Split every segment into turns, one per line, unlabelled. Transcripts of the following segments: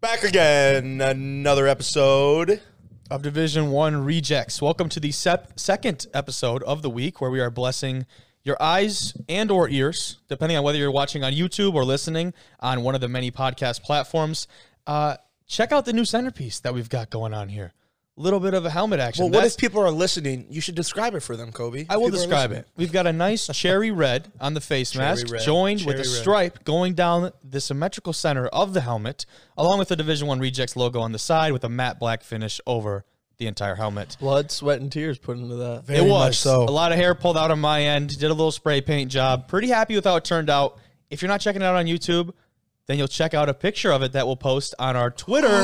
Back again, another episode.
of Division One Rejects. Welcome to the sep- second episode of the week, where we are blessing your eyes and or ears, depending on whether you're watching on YouTube or listening on one of the many podcast platforms. Uh, check out the new centerpiece that we've got going on here. A little bit of a helmet action.
Well, what
That's-
if people are listening? You should describe it for them, Kobe.
I will describe it. We've got a nice cherry red on the face mask,
red,
joined with a
cherry red.
stripe going down the symmetrical center of the helmet, along with the Division One Rejects logo on the side with a matte black finish over the entire helmet.
blood, sweat, and tears put into that.
It
Very
was
much so.
a lot of hair pulled out on my end. Did a little spray paint job. Pretty happy with how it turned out. If you're not checking it out on YouTube, then you'll check out a picture of it that we'll post on our Twitter.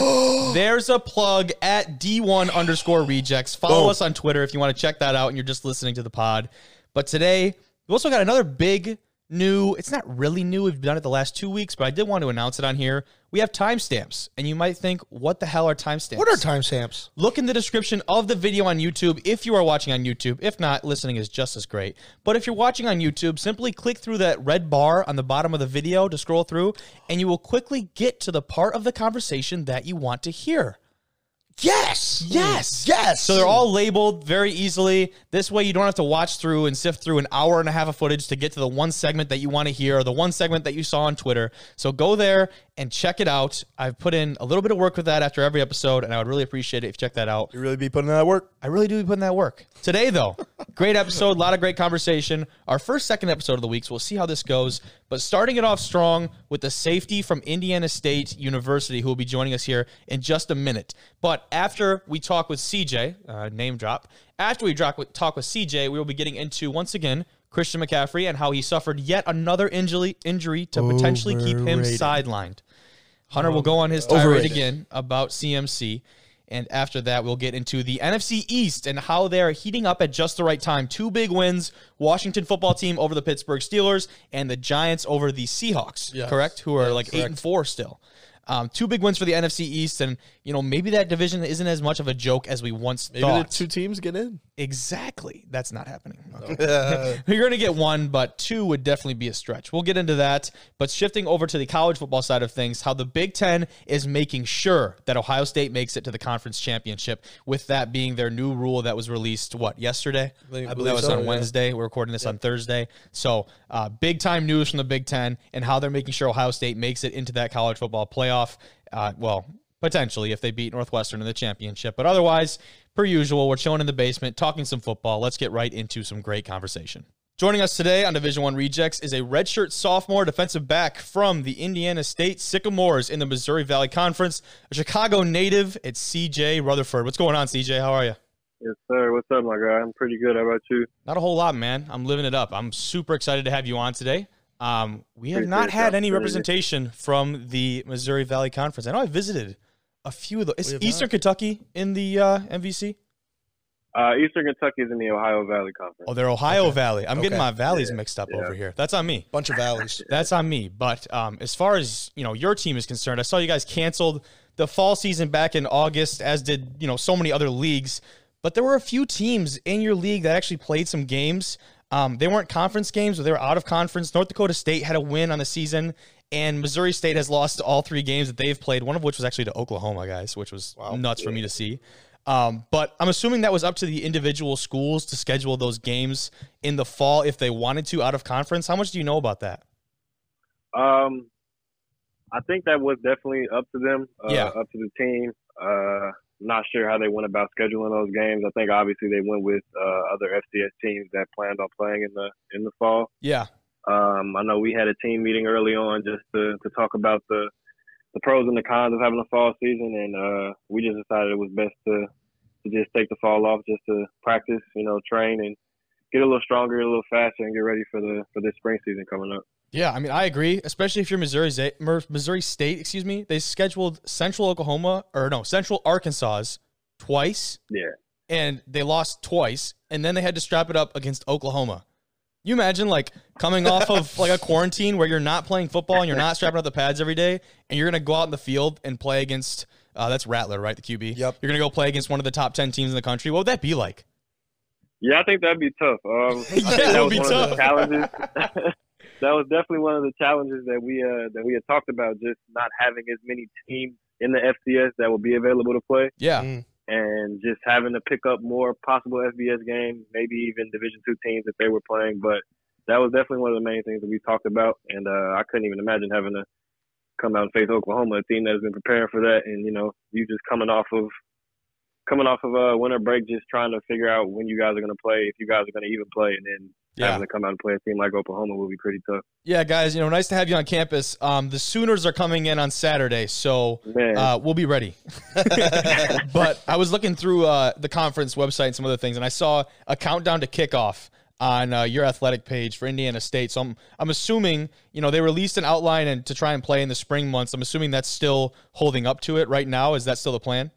There's a plug at D1 underscore rejects. Follow
Boom.
us on Twitter if you want to check that out and you're just listening to the pod. But today, we also got another big new. It's not really new. We've done it the last two weeks, but I did want to announce it on here. We have timestamps, and you might think, what the hell are timestamps?
What are timestamps?
Look in the description of the video on YouTube if you are watching on YouTube. If not, listening is just as great. But if you're watching on YouTube, simply click through that red bar on the bottom of the video to scroll through, and you will quickly get to the part of the conversation that you want to hear.
Yes.
Hmm.
Yes.
Yes.
So they're all labeled very easily. This way, you don't have to watch through and sift through an hour and a half of footage to get to the one segment that you want to hear or the one segment that you saw on Twitter. So go there and check it out. I've put in a little bit of work with that after every episode, and I would really appreciate it if you check that out.
You really be putting in that work.
I really do be putting that work. Today, though, great episode, a lot of great conversation. Our first, second episode of the week, so we'll see how this goes. But starting it off strong with the safety from Indiana State University, who will be joining us here in just a minute. But after we talk with CJ, uh, name drop, after we drop with, talk with CJ, we will be getting into, once again, Christian McCaffrey and how he suffered yet another injury, injury to potentially keep him
Overrated.
sidelined. Hunter will go on his tirade
Overrated.
again about CMC. And after that, we'll get into the NFC East and how they're heating up at just the right time. Two big wins Washington football team over the Pittsburgh Steelers and the Giants over the Seahawks, correct? Who are like 8 and 4 still. Um, two big wins for the NFC East. And, you know, maybe that division isn't as much of a joke as we once
Maybe
thought.
the two teams get in.
Exactly. That's not happening. You're going to get one, but two would definitely be a stretch. We'll get into that. But shifting over to the college football side of things, how the Big Ten is making sure that Ohio State makes it to the conference championship, with that being their new rule that was released, what, yesterday? I believe,
believe
that was
so,
on
yeah.
Wednesday. We're recording this on Thursday. So, uh, big time news from the Big Ten and how they're making sure Ohio State makes it into that college football playoff. Uh, well, potentially if they beat Northwestern in the championship. But otherwise, per usual, we're chilling in the basement, talking some football. Let's get right into some great conversation. Joining us today on Division One Rejects is a redshirt sophomore defensive back from the Indiana State Sycamores in the Missouri Valley Conference, a Chicago native. It's CJ Rutherford. What's going on, CJ? How are you?
Yes, sir. What's up, my guy? I'm pretty good. How about you?
Not a whole lot, man. I'm living it up. I'm super excited to have you on today. Um, we have not
Appreciate
had
the
any
opportunity.
representation from the Missouri Valley Conference. I know I visited a few of the. It's
We have
Eastern Kentucky in the uh, MVC.
Uh, Eastern Kentucky is in the Ohio Valley Conference.
Oh, they're Ohio Valley. I'm
Okay.
getting my valleys
Yeah.
mixed up
Yeah.
over here. That's on me.
Bunch of valleys.
That's on me. But um, as far as you know, your team is concerned, I saw you guys canceled the fall season back in August, as did you know so many other leagues. But there were a few teams in your league that actually played some games. Um, they weren't conference games, but they were out of conference. North Dakota State had a win on the season, and Missouri State has lost all three games that they've played. One of which was actually to Oklahoma, guys, which was nuts for me to see. Um, but I'm assuming that was up to the individual schools to schedule those games in the fall if they wanted to out of conference. How much do you know about that?
Um, I think that was definitely up to them. Uh,
Yeah.
Up to the team. Uh, not sure how they went about scheduling those games. I think obviously they went with uh, other FCS teams that planned on playing in the in the fall.
Yeah,
Um, I know we had a team meeting early on just to, to talk about the the pros and the cons of having a fall season, and uh, we just decided it was best to to just take the fall off, just to practice, you know, train and get a little stronger, a little faster, and get ready for the for this spring season coming up.
Yeah, I mean, I agree, especially if you're Missouri, Za- Mer- Missouri State, excuse me. They scheduled Central Oklahoma, or no, Central Arkansas twice,
Yeah,
and they lost twice, and then they had to strap it up against Oklahoma. You imagine, like, coming off of, like, a quarantine where you're not playing football and you're not strapping up the pads every day, and you're going to go out in the field and play against, uh, that's Rattler, right, the QB?
Yep.
You're going to go play against one of the top 10 teams in the country. What would that be like?
yeah, I think that'd be tough. Um, I think
Yeah, it
that
would be
was one of
tough.
the challenges. that was definitely one of the challenges that we uh, that we had talked about, just not having as many teams in the FCS that would be available to play,
Yeah.
Mm,
and just having to pick up more possible FBS games, maybe even Division two teams if they were playing. But that was definitely one of the main things that we talked about, and uh, I couldn't even imagine having to come out and face Oklahoma, a team that has been preparing for that, and you know, you just coming off of coming off of a winter break, just trying to figure out when you guys are going to play, if you guys are going to even play, and then
Yeah.
having to come out and play a team like Oklahoma will be pretty tough.
Yeah, guys, you know, nice to have you on campus. Um, the Sooners are coming in on Saturday, so
Man,
uh, we'll be ready. but I was looking through uh, the conference website and some other things, and I saw a countdown to kickoff on uh, your athletic page for Indiana State. So I'm I'm assuming you know they released an outline and to try and play in the spring months. I'm assuming that's still holding up to it right now. Is that still the plan?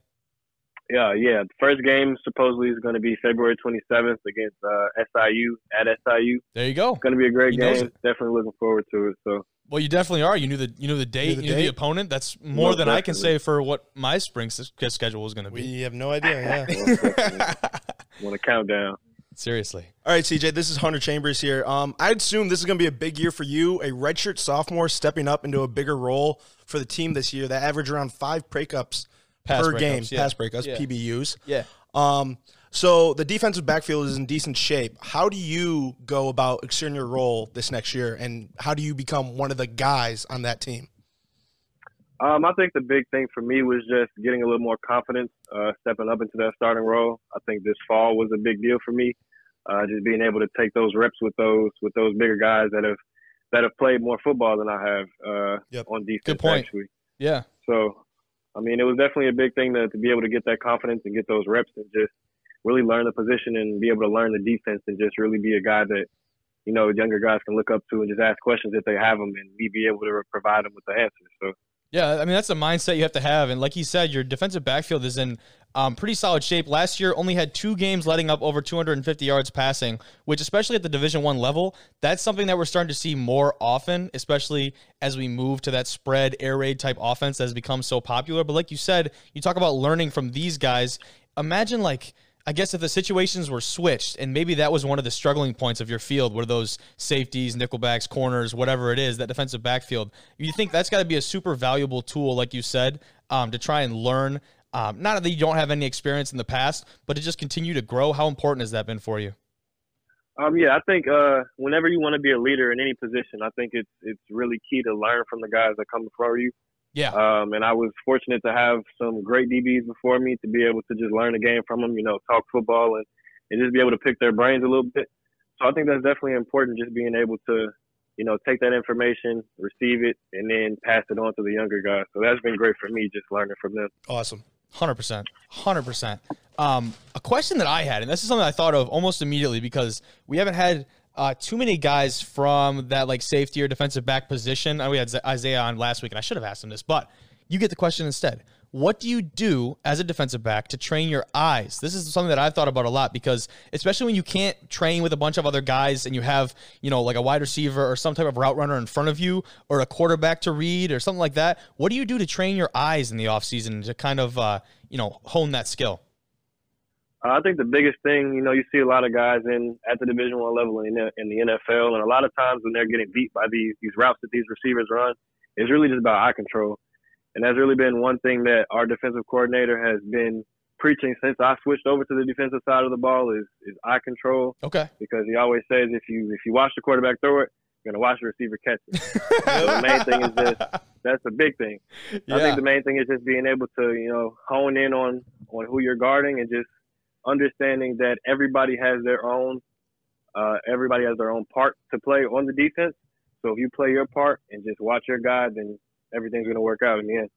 yeah, yeah. The first game supposedly is going to be February 27th against uh, SIU at SIU.
There you
It's
go.
going to be a great
He knows
game. Definitely looking forward to it. So
Well, you definitely are. You knew the you knew the date, you
the
knew the,
date?
opponent. That's more
Most
than I can
definitely.
say for what my spring s- schedule was going to be.
We have no idea. Yeah.
want to count down.
Seriously.
All right, CJ, this is Hunter Chambers here. Um, I assume this is going to be a big year for you, a redshirt sophomore stepping up into a bigger role for the team this year. They average around five breakups
Pass
per
breakups,
game,
yeah.
pass breakups,
Yeah.
PBUs.
Yeah.
Um, so the defensive backfield is in decent shape. How do you go about extending your role this next year, and how do you become one of the guys on that team?
Um, I think the big thing for me was just getting a little more confidence, uh, stepping up into that starting role. I think this fall was a big deal for me, uh, just being able to take those reps with those with those bigger guys that have that have played more football than I have uh,
Yep.
on defense.
Good point.
Actually,
Yeah.
so I mean, it was definitely a big thing to, to be able to get that confidence and get those reps and just really learn the position and be able to learn the defense and just really be a guy that you know younger guys can look up to and just ask questions if they have them and we be able to provide them with the answers. So.
Yeah, I mean that's the mindset you have to have, and like he said, your defensive backfield is in um, pretty solid shape. Last year, only had two games letting up over 250 yards passing, which, especially at the Division One level, that's something that we're starting to see more often, especially as we move to that spread air raid type offense that has become so popular. But like you said, you talk about learning from these guys. Imagine like. I guess if the situations were switched, and maybe that was one of the struggling points of your field, were those safeties, nickelbacks, corners, whatever it is, that defensive backfield. You think that's got to be a super valuable tool, like you said, um, to try and learn. Um, not that you don't have any experience in the past, but to just continue to grow. How important has that been for you?
Um, yeah, I think uh, whenever you want to be a leader in any position, I think it's it's really key to learn from the guys that come before you.
Yeah.
Um, and I was fortunate to have some great DBs before me to be able to just learn the game from them, you know, talk football and, and just be able to pick their brains a little bit. So I think that's definitely important, just being able to, you know, take that information, receive it, and then pass it on to the younger guys. So that's been great for me, just learning from them.
Awesome.
Hundred percent, hundred percent. Um, a question that I had, and this is something I thought of almost immediately because we haven't had uh, too many guys from that like safety or defensive back position. Uh, We had Z- Isaiah on last week, and I should have asked him this, but you get the question instead. What do you do as a defensive back to train your eyes? This is something that I've thought about a lot because, especially when you can't train with a bunch of other guys and you have, you know, like a wide receiver or some type of route runner in front of you or a quarterback to read or something like that. What do you do to train your eyes in the offseason to kind of, uh, you know, hone that skill?
Uh, I think the biggest thing, you know, you see a lot of guys in at the Division One level in the, in the NFL, and a lot of times when they're getting beat by these these routes that these receivers run, it's really just about eye control, and that's really been one thing that our defensive coordinator has been preaching since I switched over to the defensive side of the ball is is eye control
Okay.
because he always says if you if you watch the quarterback throw it, you're gonna watch the receiver catch it. So the main thing is this. That's the big thing. I think the main thing is just being able to, you know, hone in on on who you're guarding and just understanding that everybody has their own uh, everybody has their own part to play on the defense. So if you play your part and just watch your guy, then everything's gonna work out in the end.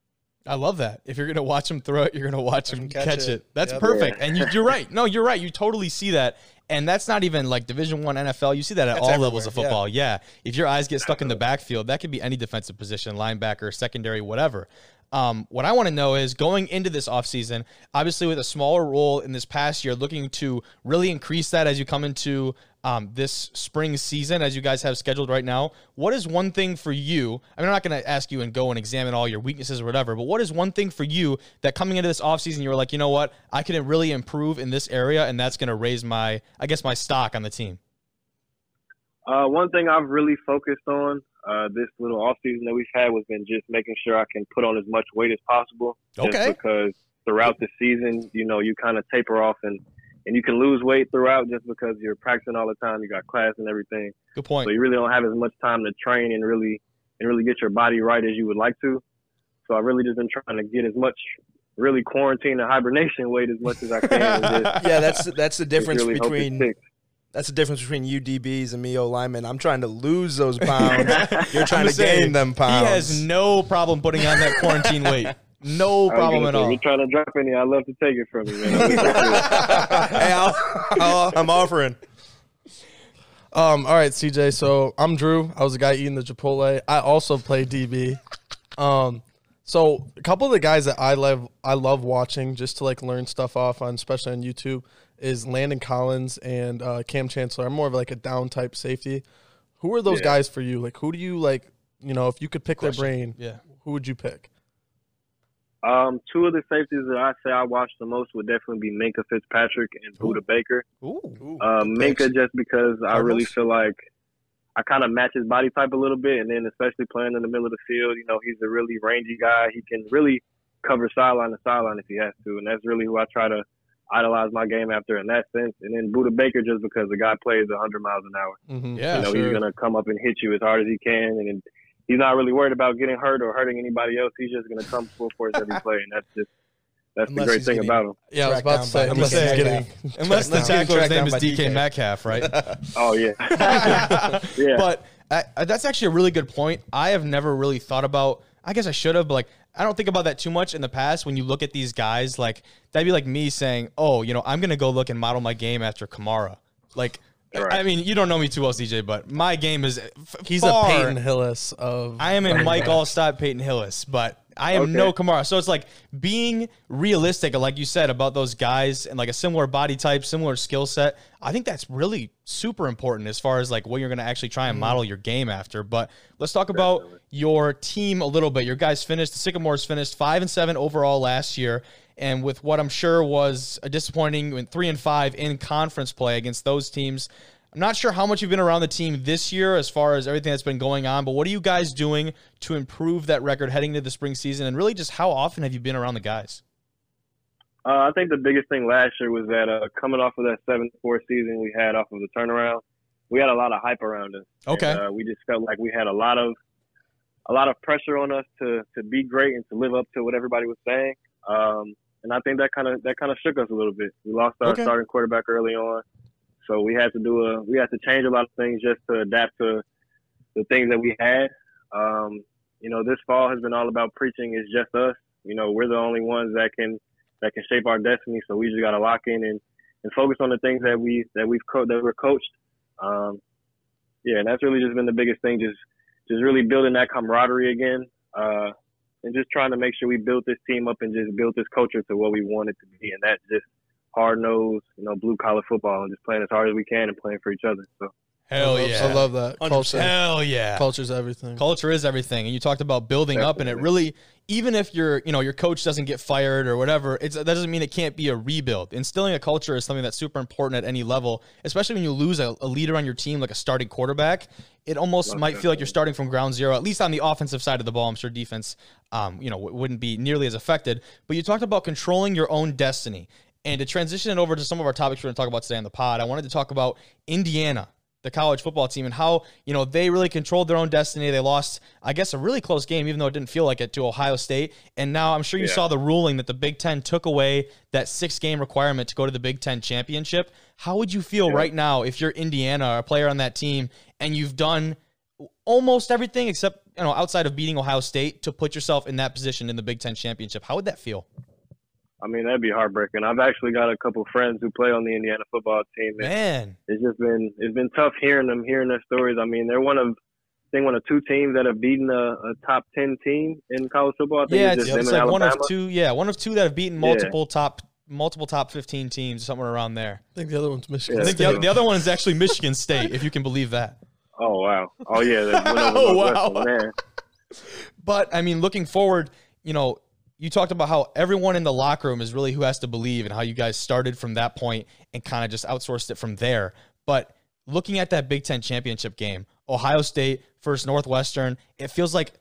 I love that. If you're gonna watch him throw it, you're gonna watch him catch, it. That's
Yep.
perfect. And you, you're right. No, you're right. You totally see that. And that's not even like Division One NFL. You see that at
That's
all
everywhere,
levels of football. Yeah. If your eyes get stuck in the backfield, that could be any defensive position, linebacker, secondary, whatever. Um, what I want to know is going into this offseason, obviously with a smaller role in this past year, looking to really increase that as you come into um, this spring season as you guys have scheduled right now. What is one thing for you? I mean, I'm not going to ask you and go and examine all your weaknesses or whatever, but what is one thing for you that coming into this offseason, you were like, you know what? I can really improve in this area, and that's going to raise my, I guess, my stock on the team.
Uh, one thing I've really focused on uh, this little off season that we've had was been just making sure I can put on as much weight as possible. just
Okay.
because throughout the season, you know, you kind of taper off and and you can lose weight throughout just because you're practicing all the time. You got class and everything,
Good point.
so you really don't have as much time to train and really and really get your body right as you would like to. So I've really just been trying to get as much really quarantine and hibernation weight as much as I can. and just- just
Yeah, that's that's the difference
really hope it
between
sticks.
that's the difference between UDBs and me O lineman. I'm trying to lose those
um,
pounds. You're trying
I'm
to
saying,
gain them pounds.
He has no problem putting on that quarantine weight. No
I was
problem
gonna
at
say,
all.
If you're trying to drop any, I love to take it from you, man.
hey, I'll, I'll,
I'm offering.
Um, all right, CJ. So I'm Drew. I was the guy eating the Chipotle. I also play DB. Um, so a couple of the guys that I love, I love watching just to like learn stuff off on, especially on YouTube, is Landon Collins and uh, Cam Chancellor. I'm more of like a down type safety. Who are those
Yeah.
guys for you? Like, who do you like? You know, if you could pick their brain,
Yeah.
who would you pick?
um, two of the safeties that I say I watch the most would definitely be Minka Fitzpatrick and Buda Baker.
Ooh.
Uh,
Um, Minka just because I really
Cardinals?
feel like I kind of match his body type a little bit, and then especially playing in the middle of the field, you know, he's a really rangy guy. He can really cover sideline to sideline if he has to, and that's really who I try to idolize my game after in that sense. And then Buda Baker just because the guy plays 100 miles an hour.
Mm-hmm.
Yeah.
You know,
sure.
he's gonna come up and hit you as hard as he can, and then he's not really worried about getting hurt or hurting anybody else. He's just gonna come full force every play, and that's just that's
Unless
the great
he's
thing
getting-
about him.
Yeah, I was
Track
about
down
to say.
by
Unless
DK
he's getting,
Unless the
Tracked down.
tackler's
Tracked
name
down
is
by
DK,
DK.
Metcalf, right?
Oh yeah, yeah.
But I, I- that's actually a really good point. I have never really thought about. I guess I should have, but like I don't think about that too much in the past. When you look at these guys, like that'd be like me saying, "Oh, you know, I'm gonna go look and model my game after Kamara." Like,
Right.
I mean, you don't know me too well, CJ, but my game is f-
he's
far-
a Peyton Hillis of.
I am in Mike Allstott, Peyton Hillis, but I am
Okay.
no Kamara. So it's like being realistic, like you said, about those guys and like a similar body type, similar skill set. I think that's really super important as far as like what you're going to actually try and model your game after. But let's talk about your team a little bit. Your guys finished, the Sycamores finished five and seven overall last year. And with what I'm sure was a disappointing went three and five in conference play against those teams. I'm not sure how much you've been around the team this year as far as everything that's been going on, but what are you guys doing to improve that record heading into the spring season? And really, just how often have you been around the guys?
Uh, I think the biggest thing last year was that uh, coming off of that seven four season we had off of the turnaround, we had a lot of hype around us.
Okay.
And, uh, we just felt like we had a lot of a lot of pressure on us to to be great and to live up to what everybody was saying. Um, and I think that kind of that kind of shook us a little bit. We lost our
Okay.
starting quarterback early on, so we had to do a we had to change a lot of things just to adapt to the things that we had. Um, you know, this fall has been all about preaching. It's just us. You know, we're the only ones that can that can shape our destiny. So we just got to lock in and, and focus on the things that we that we've co- that we're coached. Um, yeah, and that's really just been the biggest thing. Just just really building that camaraderie again, uh, and just trying to make sure we build this team up and just build this culture to what we want it to be, and that's just hard nosed, you know, blue collar football, and just playing as hard as we can and playing for each other. So
Hell
I love,
yeah.
I love that
100%.
culture.
Hell yeah.
Culture's everything.
Culture is everything, and you talked about building up, and it really, even if your you know your coach doesn't get fired or whatever, it's, that doesn't mean it can't be a rebuild. Instilling a culture is something that's super important at any level, especially when you lose a, a leader on your team like a starting quarterback. It almost might feel like you're starting from ground zero, at least on the offensive side of the ball. I'm sure defense, um, you know, w- wouldn't be nearly as affected. But you talked about controlling your own destiny, and to transition it over to some of our topics we're going to talk about today on the pod, I wanted to talk about Indiana the college football team and how you know they really controlled their own destiny. They lost, I guess, a really close game, even though it didn't feel like it to Ohio State. And now I'm sure you
Yeah.
saw the ruling that the Big Ten took away that six game requirement to go to the Big Ten championship. How would you feel right now if you're Indiana, or a player on that team, and you've done almost everything except you know outside of beating Ohio State to put yourself in that position in the Big Ten championship? How would that feel?
I mean, that'd be heartbreaking. I've actually got a couple friends who play on the Indiana football team, and
Man,
it's just been it's been tough hearing them, hearing their stories. I mean, they're one of I think one of two teams that have beaten a, a top ten team in college football. I think
yeah,
it's
it's,
just them
it's
and
like one of
Alabama.
two. Yeah, one of two that have beaten
Yeah.
multiple top multiple top 15 teams somewhere around there.
I think the other one's Michigan.
Yeah.
I think the,
State.
oth- the other one is actually Michigan State, if you can believe that.
Oh wow! Oh yeah! they went over
Oh,
Northwestern,
wow.
Man.
But I mean, looking forward, you know, you talked about how everyone in the locker room is really who has to believe and how you guys started from that point and kind of just outsourced it from there. But looking at that Big Ten championship game, Ohio State versus Northwestern, it feels like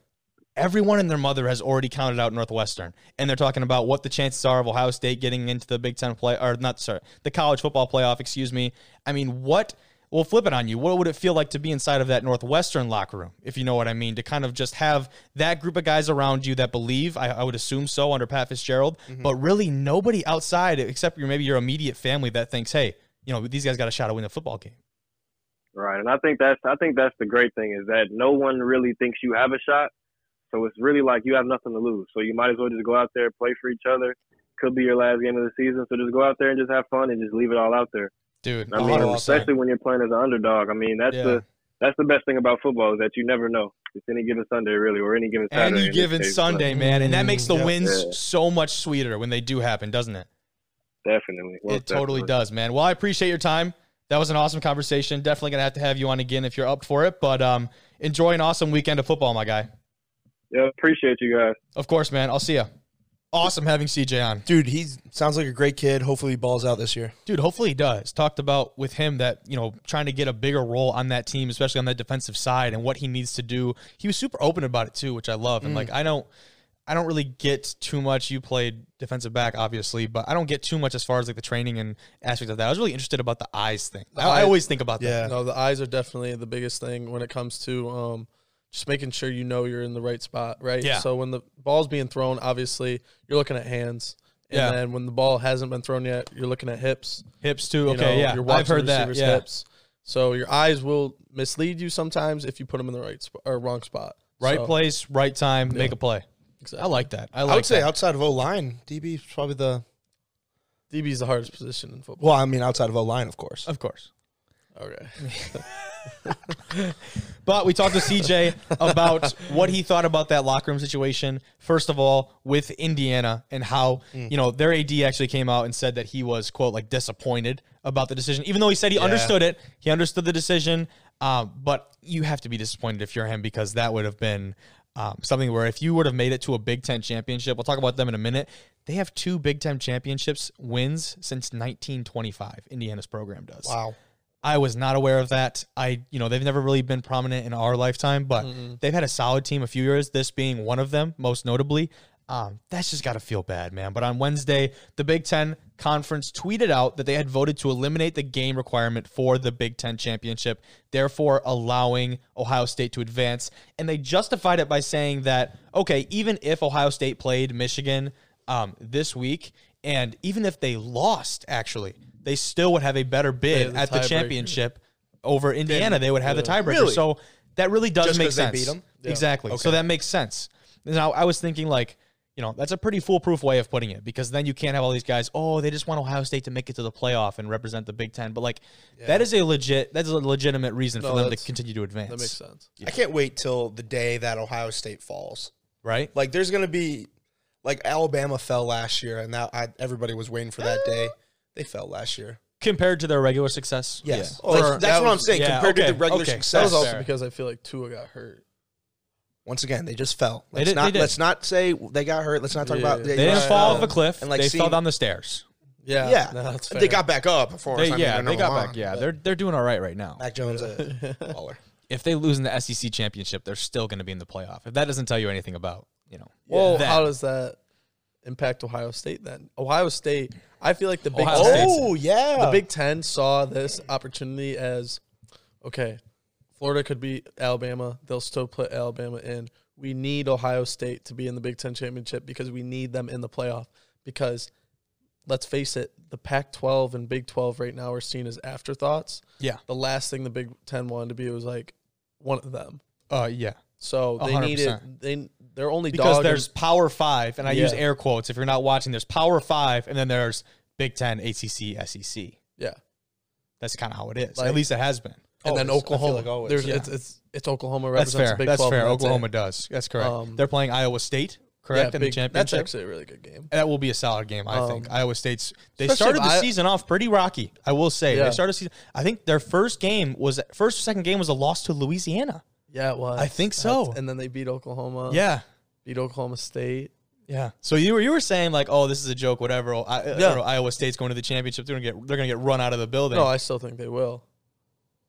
everyone and their mother has already counted out Northwestern, and they're talking about what the chances are of Ohio State getting into the Big Ten play or not, sorry, the college football playoff. Excuse me. I mean, what? We'll flip it on you. What would it feel like to be inside of that Northwestern locker room, if you know what I mean? To kind of just have that group of guys around you that believe, I, I would assume so under Pat Fitzgerald, but really nobody outside except your maybe your immediate family that thinks, hey, you know, these guys got a shot to win the football game.
Right, and I think that's I think that's the great thing is that no one really thinks you have a shot, so it's really like you have nothing to lose. So you might as well just go out there, play for each other. Could be your last game of the season, so just go out there and just have fun and just leave it all out there.
Dude,
I mean, especially when you're playing as an underdog. I mean, that's
Yeah.
the that's the best thing about football is that you never know. It's any given Sunday, really, or any given Saturday.
and you
in
given
this case, but
Sunday, man, and that makes the
Mm, yeah.
wins
Yeah.
so much sweeter when they do happen, doesn't it?
Definitely, most
it totally
definitely.
does, man. Well, I appreciate your time. That was an awesome conversation. Definitely gonna have to have you on again if you're up for it. But um, enjoy an awesome weekend of football, my guy.
Yeah, appreciate you guys.
Of course, man. I'll see you. Awesome having CJ on,
Dude, he sounds like a great kid. Hopefully, he balls out this year.
dude. Hopefully he does. Talked about with him that you know trying to get a bigger role on that team, especially on that defensive side, and what he needs to do. He was super open about it too, which I love.
Mm.
And like I don't, I don't really get too much. You played defensive back, obviously, but I don't get too much as far as like the training and aspect of that. I was really interested about the eyes thing. I, I
eyes-
always think about that.
Yeah.
No, the eyes are definitely the biggest thing when it comes to um, just making sure you know you're in the right spot, right?
Yeah.
So when the ball's being thrown, obviously you're looking at hands. And
Yeah.
then when the ball hasn't been thrown yet, you're looking at hips.
Hips too.
You
Okay,
know,
yeah,
You're watching
I've heard
the
that.
receiver's
Yeah.
hips. So your eyes will mislead you sometimes if you put them in the right sp- or wrong spot.
right
So,
place, right time, make a play.
Exactly.
I like that. I
I,
like
would say
that.
outside of O line, DB is probably the.
DB is the hardest position in football.
Well, I mean, outside of O line, of course.
of course.
Okay.
But we talked to CJ about what he thought about that locker room situation. First of all, with Indiana and how you know their AD actually came out and said that he was quote like disappointed about the decision, even though he said he understood it. He understood the decision, um, but you have to be disappointed if you're him because that would have been. Um, something where if you would have made it to a Big Ten championship, we'll talk about them in a minute. They have two Big Ten championships wins since 1925. Indiana's program does.
Wow.
I was not aware of that. I, you know, they've never really been prominent in our lifetime, but they've had a solid team a few years. This being one of them, most notably. Um, that's just got to feel bad, man. But on Wednesday, the Big Ten Conference tweeted out that they had voted to eliminate the game requirement for the Big Ten championship, therefore allowing Ohio State to advance. And they justified it by saying that okay, even if Ohio State played Michigan um, this week, and even if they lost, actually, they still would have a better bid
have the
at the
tiebreaker.
championship over Indiana. They would have the tiebreaker.
Really?
So that really does
Just
make
'cause they
sense.
beat 'em?
Exactly. So that makes sense. Now I was thinking like, you know, that's a pretty foolproof way of putting it because then you can't have all these guys, oh, they just want Ohio State to make it to the playoff and represent the Big Ten. But like that is a legit that's a legitimate reason
No,
for them to
that's-
continue to advance.
That makes sense.
I can't wait till the day that Ohio State falls.
Right?
Like, there's going to be. Like, Alabama fell last year, and that I, everybody was waiting for that day. They fell last year.
Compared to their regular success.
Yes.
Yeah.
Like,
Or-
that's
that
what I'm
was-
saying.
yeah,
compared
okay,
to the regular
okay. That was
success.
That was
That's
also
fair.
because I feel like Tua got hurt.
once again, they just fell. Let's
did-
not
they did.
let's not say they got hurt. Let's not talk
Yeah.
about
They
they didn't
just
fall
fell.
off a cliff.
And, like,
they fell
seen-
down the stairs.
Yeah.
Yeah,
No, that's fair.
they got back up. Of course,
They,
I mean,
yeah,
they're
they
number
got
one.
back. Yeah, they're they're doing all right right now.
Mac Jones, a baller.
if they lose in the SEC championship, they're still going to be in the playoff. If that doesn't tell you anything about, you know,
Well,
that.
how does that impact Ohio State then? Ohio State, I feel like the Big
Ohio State's-
Ten,
Oh yeah,
the Big Ten saw this opportunity as okay, Florida could beat Alabama. They'll still put Alabama in. We need Ohio State to be in the Big Ten championship because we need them in the playoff. Because let's face it, the Pac 12 and Big 12 right now are seen as afterthoughts.
yeah,
The last thing the Big Ten wanted to be was like one of them.
uh, yeah,
So they
100%.
needed they they're only
because
dog in-
there's Power Five, and I use
Yeah.
air quotes if you're not watching. There's Power Five, and then there's Big Ten, ACC, SEC.
yeah.
E That's kind of how it is.
Like-
At least it has been.
and then
Always. I feel
Oklahoma.
like always,
There's
yeah.
it's, it's it's Oklahoma
That's
represents
fair.
the Big
That's
12.
fair.
and it.
Oklahoma does. That's correct.
Um,
They're playing Iowa State,
Yeah,
correct, in
big-
the championship.
That's actually a really good game.
That will be a solid game, I think.
Um,
Iowa State's they
especially
started
if
the
I-
season off pretty rocky. I will say
Yeah.
they started the season. I think their first game was first or second game was a loss to Louisiana.
Yeah, it was.
I think
That's-
so.
and then they beat Oklahoma.
Yeah,
beat Oklahoma State.
Yeah. So you were you were saying like, oh, this is a joke, whatever. Oh, I,
Yeah.
or Iowa State's going to the championship. They're gonna get they're gonna get run out of the building.
No, I still think they will.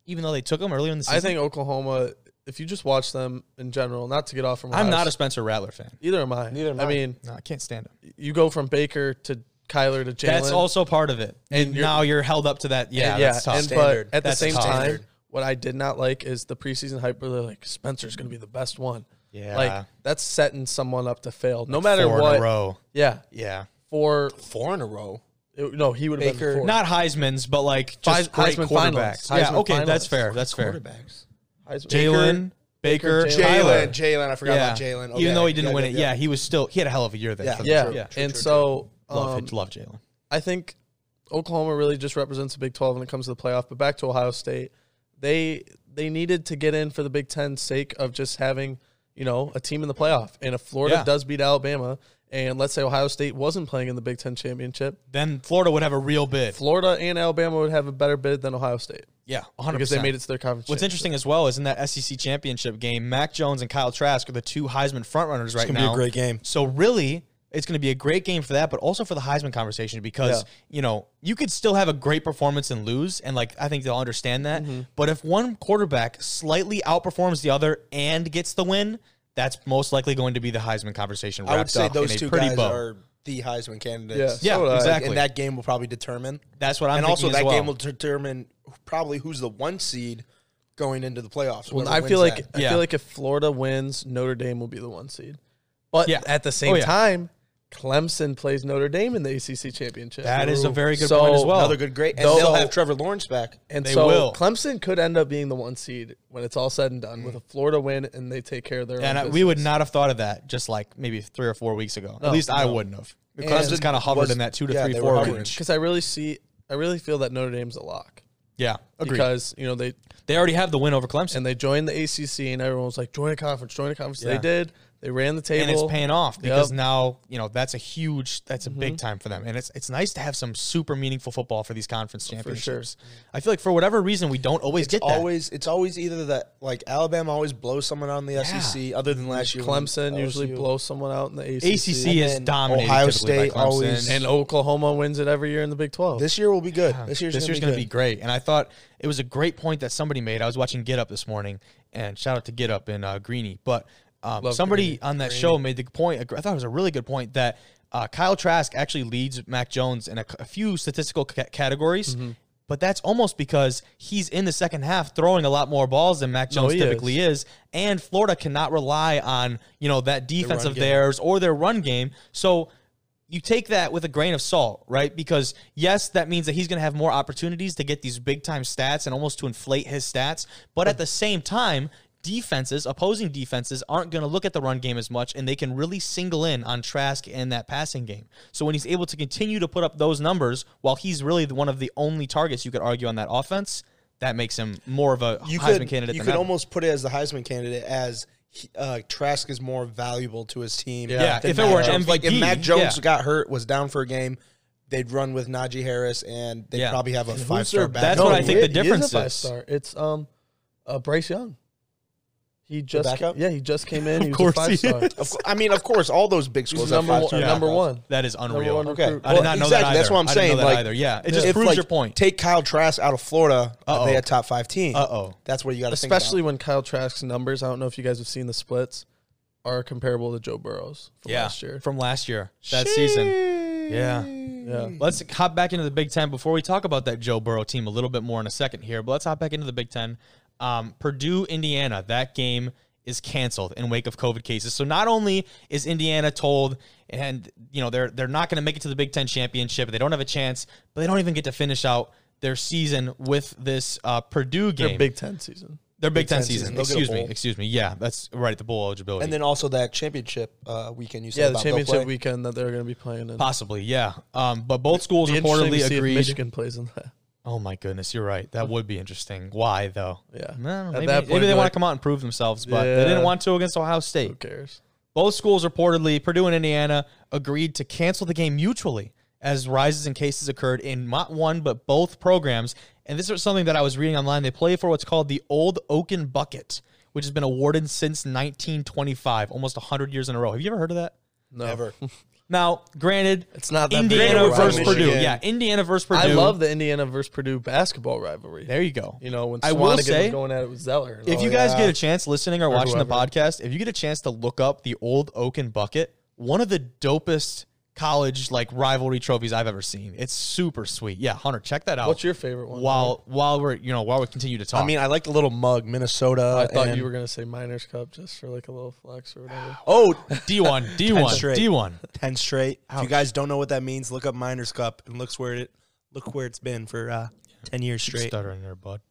even though they took him earlier in the season?
I think Oklahoma, if you just watch them in general, not to get off from
I'm
Ohio
not a
State-
Spencer Rattler fan.
Neither am I.
Neither am
I.
I.
mean,
No, I can't stand him.
you go from Baker to Kyler to Jalen.
That's also part of it. And
you're-
now you're held up to that. Yeah,
yeah,
that's tough.
and
Standard.
but at
That's
the same
tough.
time,
Standard.
what I did not like is the preseason hype where they're like, Spencer's going to be the best one.
Yeah.
like that's setting someone up to fail, no matter
four
what.
in a row.
Yeah,
Yeah.
four.
Four in a row.
it- no, he would have been
Baker-
four.
Not Heisman's, but like just
Heis-
great
Heisman
quarterbacks.
finalists.
yeah,
Heisman
okay, that's
finalists.
fair. That's fair.
Quarterbacks.
Heisman-
Jalen, Baker,
Baker,
Tyler.
Jalen, Jalen. I forgot
yeah.
about Jalen.
Even
Okay.
though he didn't
Yeah,
win
yeah,
it,
yeah.
yeah, he was still he had a hell of a year there.
Yeah.
for them.
Yeah,
True, true,
and
true,
so
love
um,
it. love Jalen.
I think Oklahoma really just represents the Big Twelve when it comes to the playoff. But back to Ohio State, they they needed to get in for the Big Ten's sake of just having you know a team in the playoff. And if Florida
Yeah.
does beat Alabama, and let's say Ohio State wasn't playing in the Big Ten championship,
Then Florida would have a real bid.
Florida and Alabama would have a better bid than Ohio State
Yeah, 100.
because they made it to their conference.
What's
championship.
interesting as well is in that SEC championship game, Mac Jones and Kyle Trask are the two Heisman frontrunners right
It's gonna
now.
be a great game.
So really, it's going to be a great game for that, but also for the Heisman conversation because you know you could still have a great performance and lose, and like I think they'll understand that.
Mm-hmm.
But if one quarterback slightly outperforms the other and gets the win, that's most likely going to be the Heisman conversation. Wrapped
I would say
up in
those
a
two
pretty
guys
bow.
are the Heisman candidates.
Yeah,
So would I.
exactly.
And that game will probably determine.
That's what I'm
and
thinking
also
as
that
well.
game will determine probably who's the one seed going into the playoffs.
Well,
whoever
I
wins
feel like
that.
I
Yeah.
feel like if Florida wins, Notre Dame will be the one seed. But
Yeah.
at the same
Oh, yeah.
time, Clemson plays Notre Dame in the ACC championship.
that is a very good
So,
point as well.
another good great, and
Though-
they'll have Trevor Lawrence back.
and
they
so
will.
Clemson could end up being the one seed when it's all said and done with a Florida win and they take care of their.
And
own
I, we would
business.
not have thought of that just like maybe three or four weeks ago. At least I wouldn't have.
And-
Clemson's kind of hovered
was-
in that two to
yeah,
three,
they
four
were
range.
hovering.
because I really see I really feel that Notre Dame's a lock
Yeah, agreed.
because you know they
they already have the win over Clemson, and,
and they joined the ACC and everyone was like join a conference, join a conference.
Yeah.
They did. They ran the table
it's paying off because
Yep.
now you know that's a huge, that's a big time for them, and it's it's nice to have some super meaningful football for these conference championships. I feel like for whatever reason we don't always get that.
always it's always either that like Alabama always blows someone out in the SEC other than last year. when
Clemson usually
LSU.
blows someone out in the ACC.
ACC is
then
dominated.
Ohio
typically by
State
Clemson.
always-
And Oklahoma wins it every year in the Big 12.
This year will be good. This year's
this
gonna
year's
be
going to
good.
be great. And I thought it was a great point that somebody made. I was watching Get Up this morning, and shout out to Get Up and uh, Greeny. But um, somebody on that show made the point. I thought it was a really good point that uh, Kyle Trask actually leads Mac Jones in a, c- a few statistical c- categories.
Mm-hmm.
But that's almost because he's in the second half throwing a lot more balls than Mac Jones
he
typically is. and Florida cannot rely on you know that defense of theirs or their run game. So you take that with a grain of salt, right? Because yes, that means that he's going to have more opportunities to get these big time stats and almost to inflate his stats. But at the same time, defenses, opposing defenses, aren't going to look at the run game as much, and they can really single in on Trask and that passing game. So when he's able to continue to put up those numbers, while he's really the- one of the only targets you could argue on that offense, that makes him more of a
You
Heisman
could
candidate.
you
than
could
ever.
almost put it as the Heisman candidate as he- uh, Trask is more valuable to his team.
Yeah,
than
if it
Mac
were an
Jones. like if
MVP,
Mac Jones
yeah.
got hurt, was down for a game, they'd run with Najee Harris, and they'd
Yeah.
probably have a
Who's
five star
their
back.
That's
No,
what I think the
he- he
difference is.
a five-star. It's um, uh, Bryce Young. He just
backup?
yeah, he just came in. He was
course
a five
he
star.
is.
Of cour- I mean, of course, all those big schools
He's
have
number
five
one.
star.
Number one.
that is unreal.
one
Okay.
recruit.
I did
Well,
not know that
exactly.
either.
That's what I'm
I didn't know
saying,
that
like,
either. Yeah, it
If,
just proves
like,
your point.
Take Kyle Trask out of Florida, are they a top five team?
Uh-oh.
That's what you got to think.
Especially when Kyle Trask's numbers. I don't know if you guys have seen the splits. Are comparable to Joe Burrow's from last year.
From last year, that season. Yeah.
Yeah,
Let's hop back into the Big Ten before we talk about that Joe Burrow team a little bit more in a second here. But let's hop back into the Big Ten. Um, Purdue, Indiana, that game is canceled in wake of COVID cases. So not only is Indiana told, and you know they're they're not going to make it to the Big Ten championship, they don't have a chance, but they don't even get to finish out their season with this uh, Purdue game.
their Big Ten season.
Their Big, Ten,
Ten
season.
season. They'll get a
Excuse me.
bowl.
Excuse me. Yeah, that's right. The bowl eligibility.
And then also that championship uh, weekend you said
Yeah, the
about they'll
championship
play.
weekend that they're going to be playing in.
Possibly, yeah. Um, but both schools
Be interesting to
reportedly
see if
agreed.
Michigan plays in that.
Oh my goodness, you're right. That would be interesting. Why though?
Yeah.
No,
At
maybe,
that
maybe
point,
they
be
want
like-
to come out and prove themselves, but they
Yeah.
didn't want to against Ohio State.
Who cares?
Both schools reportedly, Purdue and Indiana, agreed to cancel the game mutually as rises in cases occurred in not one but both programs. And this is something that I was reading online. They play for what's called the Old Oaken Bucket, which has been awarded since 1925, almost 100 years in a row. Have you ever heard of that?
No.
Ever.
Now, granted,
It's not that big of
Indiana
a
versus
rivalry.
Purdue.
Michigan.
Yeah, Indiana versus Purdue.
I love the Indiana versus Purdue basketball rivalry.
There you go.
You know, when
I will
Swanigan
say-
was going at it with Zeller. Oh, and
If
all
you
that.
guys
yeah.
get a chance listening or, watching the
whoever.
podcast, if you get a chance to look up the old Oaken bucket, one of the dopest college like rivalry trophies I've ever seen. It's super sweet. Yeah, Hunter, check that out.
What's your favorite one?
while while we're you know while we continue to talk?
I mean, I like the little mug, Minnesota.
I thought
and-
you were gonna say Miners Cup just for like a little flex or whatever.
Oh,
D one, D one,
straight.
D one.
10 straight. If you guys don't know what that means, look up Miners Cup and looks where it look where it's been for uh, 10 years straight.
Stuttering there, bud.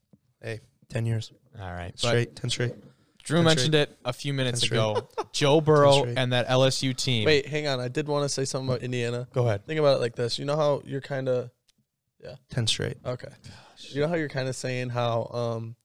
Hey, 10 years
All right, but
straight, 10 straight.
Drew mentioned it a few minutes
That's
ago. Joe Burrow
straight.
and that LSU team.
Wait, hang on. I did want to say something about Indiana.
go ahead.
Think about it like this. You know how you're kind of
10 straight.
okay. You know how you're kind of saying how um,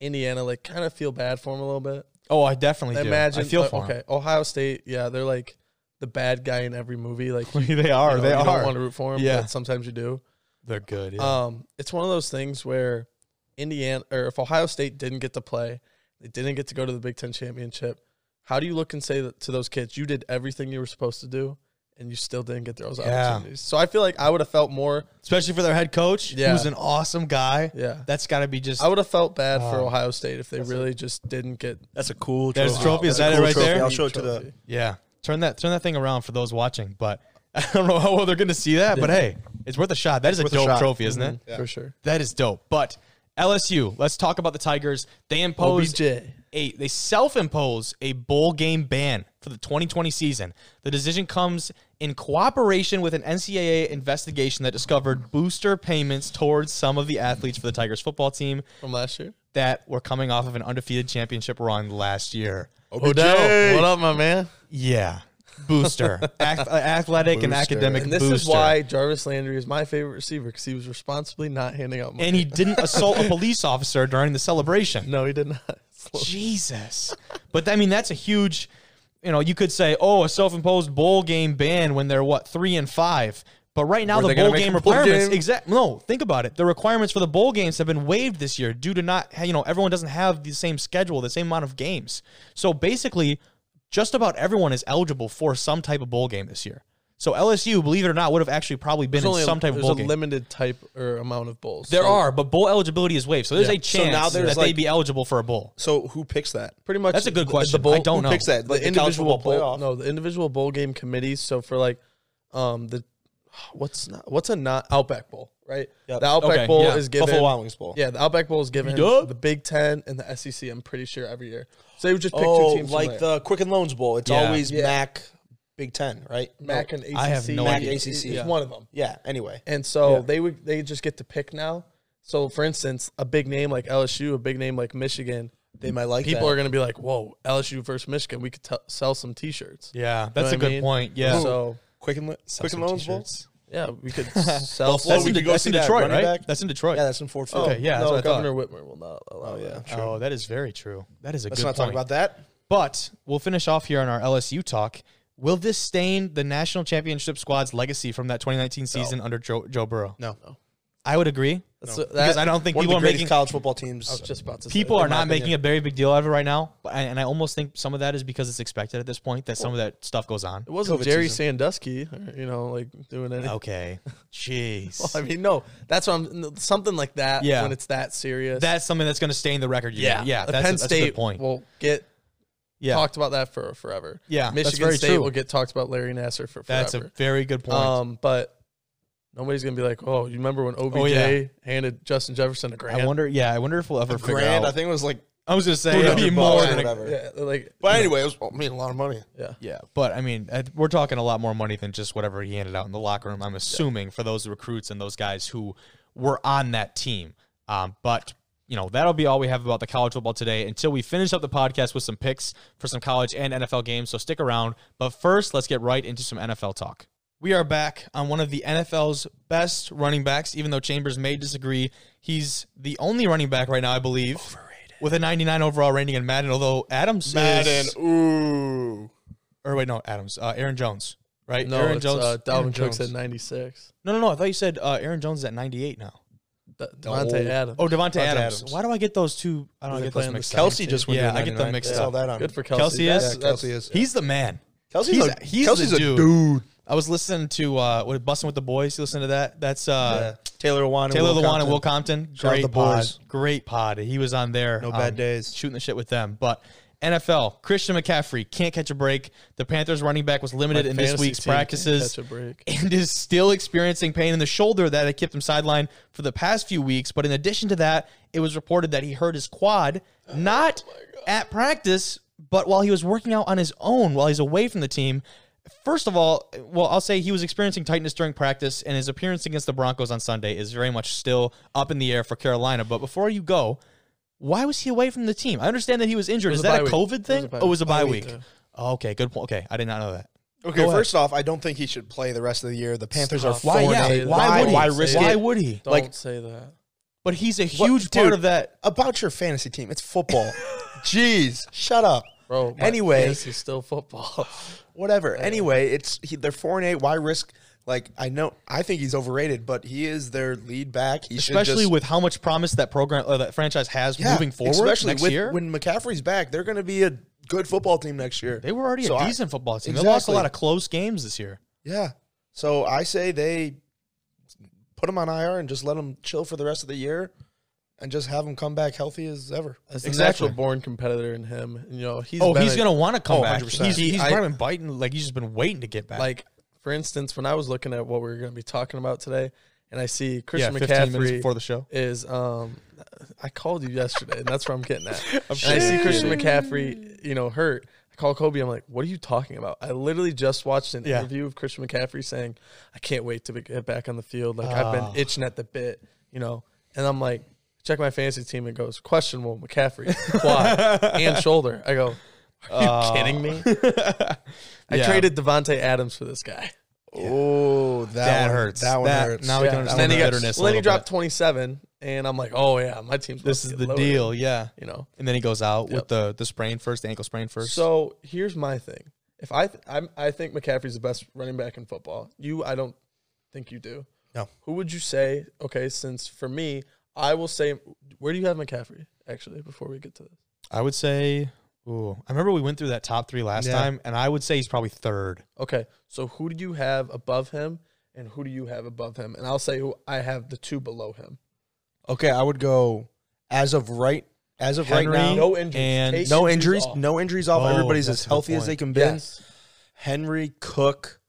Indiana like kind of feel bad for him a little bit.
Oh, I definitely do.
Imagine
I feel
uh,
for 'em.
okay. Ohio State, yeah, they're like the bad guy in every movie. Like you,
they are.
you know,
they
you
are. Uh,
don't want to root for him.
Yeah.
but sometimes you do.
They're good. Yeah.
Um, it's one of those things where Indiana or if Ohio State didn't get to play, they didn't get to go to the Big Ten championship. How do you look and say that to those kids, you did everything you were supposed to do, and you still didn't get those
Yeah.
opportunities? So I feel like I would have felt more.
especially for their head coach,
Yeah.
who's an awesome guy.
Yeah,
That's got to be just.
I would have felt bad for
Uh,
Um,
Ohio State if they really just didn't get.
That's a cool
There's
trophy.
a trophy. Is that it right there?
I'll show it to the
Trophy.
yeah, turn that turn that thing around for those watching. But I don't know how well they're going to see that. But hey, it's worth a shot. That is a
worth a
dope
shot.
trophy, isn't it?
Mm-hmm. for sure.
That is dope. But LSU, let's talk about the Tigers. They imposed
OBJ.
a they self-impose a bowl game ban for the 2020 season. The decision comes in cooperation with an NCAA investigation that discovered booster payments towards some of the athletes for the Tigers football team
from last year.
that were coming off of an undefeated championship run last year.
Odell, what up, my man?
Yeah. Booster. Ath- uh, athletic and academic
And this
booster.
is why Jarvis Landry is my favorite receiver because he was responsibly not handing out money.
and he didn't assault a police officer during the celebration.
no, he did not.
Jesus. But I mean, that's a huge, you know, you could say, oh, a self imposed bowl game ban when they're what, three and five. But right now,
Were
the
they gonna
bowl
make
game
a bowl
requirements,
game?
exact. No, think about it. The requirements for the bowl games have been waived this year due to not, you know, everyone doesn't have the same schedule, the same amount of games. So basically, just about everyone is eligible for some type of bowl game this year. So LSU, believe it or not, would have actually probably been
There's
in
only a-
some type of
there's
bowl
a
game.
limited type or amount of bowls.
there
So
are, but bowl eligibility is waived. So there's
Yeah.
a
So
chance
now there's
that
like-
they'd be eligible for a bowl.
So who picks that?
pretty much.
That's a good
the-
question.
The bowl,
I don't
who
know.
picks that?
The
Like the college
individual
football
bowl.
playoff?
No, the individual bowl game committees. So for like, um, the what's not what's a not Outback Bowl, right?
Yep.
The Outback
Okay,
Bowl
yeah.
is given.
Buffalo Wild Wings Bowl.
Yeah, the Outback Bowl is given
dub?
the Big Ten and the SEC. I'm pretty sure every year. So they would just pick two
Oh,
teams. from
like
there.
the Quicken Loans Bowl. It's
Yeah.
always
Yeah.
Mac, Big Ten, right?
MAC
No.
and ACC.
I have no
MAC
idea.
ACC is
Yeah.
one of them.
Yeah. Anyway,
And so
Yeah.
they would they just get to pick now. So for instance, a big name like LSU, a big name like Michigan,
they might like
people
that.
are going to be like, "Whoa, LSU versus Michigan, we could t- sell some T-shirts."
Yeah,
You know
that's
what
a
I
good
mean?
point. Yeah.
So
Quicken, Lo- Quicken
some
Loans Bowl.
t-shirts.
yeah, we could sell.
Buffalo,
some-
we could go
that's
see
in
that
Detroit,
running
right?
back.
That's in Detroit.
Yeah, that's in Fort Field.
Oh, okay, yeah, that's
no,
what I thought.
Governor Whitmer will not allow.
Oh yeah.
that.
True.
Oh, that is very true. That is a
Let's
good
not
point.
talk about that.
but we'll finish off here on our LSU talk. Will this stain the national championship squad's legacy from that 2019 season under Joe, Joe Burrow?
No.
I would agree
That's what-
because I
that-
don't think
One of
people
the
are
greatest
making
college football teams.
I was just about to. say,
people
in
are
my
not
opinion.
making a very big deal out of it right now. But- And, and I almost think some of that is because it's expected at this point that some of that stuff goes on.
It wasn't
COVID
Jerry
season.
Sandusky, or, you know, like doing anything.
Okay, jeez,
I mean, no, that's what I'm. Something like that.
Yeah.
when it's that serious.
that's something that's going to stain the record. year.
yeah,
yeah,
The
that's, a,
Penn
that's a
State
good point.
will get
yeah,
talked about that for forever.
Yeah, that's
Michigan
very
State
true.
will get talked about Larry Nasser for forever.
that's a very good point.
Um, but nobody's gonna be like, oh, you remember when OBJ
yeah.
handed Justin Jefferson a grand?
I wonder. Yeah, I wonder if we'll ever figure
grand.
out.
I think it was like.
I was gonna say it'd be
200
more
bucks or
than a,
whatever.
Yeah, like
But anyway, it was I mean, a lot of money.
yeah.
yeah, but I mean, I- we're talking a lot more money than just whatever he handed out in the locker room. I'm assuming for those recruits and those guys who were on that team. Um, but you know, that'll be all we have about the college football today until we finish up the podcast with some picks for some college and NFL games. So stick around. But first, let's get right into some NFL talk. We are back on one of the NFL's best running backs, even though Chambers may disagree. He's the only running back right now, I believe, with a 99 overall rating in Madden. Although Adams
Madden.
is,
Ooh.
or wait, no, Adams, uh, Aaron Jones, right?
No,
Aaron
it's, uh,
Aaron
Dalvin Cook's at
Jones.
96.
no, no, no. I thought you said uh, Aaron Jones is at 98 now.
D- Devontae Adams.
Oh, Devontae Adams.
Adams.
Why do I get those two? I don't get
They're
those
playing the
mixed up.
Kelsey just went.
Yeah,
to
I get them
99.
mixed
Saw
up.
that on.
Good for Kelsey.
Kelsey is?
That's-
Yeah, Kelsey is.
He's the man.
Kelsey's
he's
a,
he's
Kelsey's
the
a
dude.
dude.
I was listening to uh, what Bustin' with the Boys. You listen to that? That's uh,
Taylor Lewan.
Taylor
Will
Lewan and
Compton.
Will Compton.
Shout out
Great
the
pod.
boys.
Great pod. He was on there. um,
No bad days.
Shooting the shit with them. But NFL, Christian McCaffrey can't catch a break. The Panthers running back was limited in this
Fantasy
week's
team can't
practices
Catch a break.
and is still experiencing pain in the shoulder that had kept him sidelined for the past few weeks. But in addition to that, it was reported that he hurt his quad,
Oh
not at practice, but while he was working out on his own while he's away from the team. First of all, well, I'll say he was experiencing tightness during practice, and his appearance against the Broncos on Sunday is very much still up in the air for Carolina. But before you go, why was he away from the team? I understand that he was injured. Is
a
that
bye
a
week.
COVID
It was
thing?
a bye
oh, it was a
week. Bye
bye
week,
week.
yeah.
Oh, okay, good point. Okay, I did not know that.
Okay, first off, I don't think he should play the rest of the year. The Panthers are four
Why?
and
Yeah.
eight.
Why, would he?
Why risk
Why
it?
would he?
Don't
Like-
say that.
But he's a huge
What-
part
dude,
of that.
About your fantasy team, it's football. Jeez, shut up.
Bro,
Anyway.
this is still football.
Whatever. Anyway, it's he, they're four and eight. Why risk? Like I know, I think he's overrated, but he is their lead back. He should
Especially
just-
with how much promise that program or that franchise has
Yeah,
moving forward
Especially
next
with,
year.
when McCaffrey's back, they're going to be a good football team next year.
they were already
So
a
I-
decent football team. They lost a
Exactly.
lot of close games this year.
Yeah. So I say they put him on IR and just let him chill for the rest of the year, and just have him come back healthy as ever.
As
Exactly.
a natural born competitor in him, and, you know he's
oh,
been
he's
a-
gonna want to come
Oh,
back.
100%.
He's,
He-
he's
I-
probably been biting like he's just been waiting to get back.
like for instance when I was looking at what we were gonna be talking about today, and I see
yeah,
Christian
15 minutes
McCaffrey
before the show.
is um I called you yesterday and that's where I'm getting at. and I see Christian McCaffrey, you know, hurt. I call Kobe, I'm like, what are you talking about? I literally just watched an
Yeah.
interview of Christian McCaffrey saying, I can't wait to be, get back on the field. Like I've
Ah.
been itching at the bit, you know. And I'm like, check my fantasy team and goes, questionable McCaffrey, quad and shoulder. I go, Are you
Uh,
kidding me? I
Yeah.
traded Devonte Adams for this guy.
Oh, that,
That
one,
hurts.
That one
That-
hurts.
now we can
And
understand
then
the
he got,
bitterness. a
well, then he
little bit.
dropped 27, and I'm like, oh yeah, my team's
This is
about to
the
get loaded,"
deal. Yeah,
you know.
and then he goes out with the the sprain first, the ankle sprain first.
So here's my thing. If I th- I'm, I think McCaffrey's the best running back in football. You, I don't think you do.
No.
Who would you say? Okay, since for me, I will say, where do you have McCaffrey actually? Before we get to this,
I would say, ooh, I remember we went through that top three last
Yeah.
time, and I would say he's probably third.
okay. So who do you have above him, and who do you have above him? And I'll say who I have the two below him.
Okay, I would go as of right as of
Henry,
right now.
No injuries.
and-
Take
no injuries,
off.
no injuries off.
Oh,
Everybody's
that's
as
a good
healthy as
point.
they can be.
Yes.
Henry, Cook,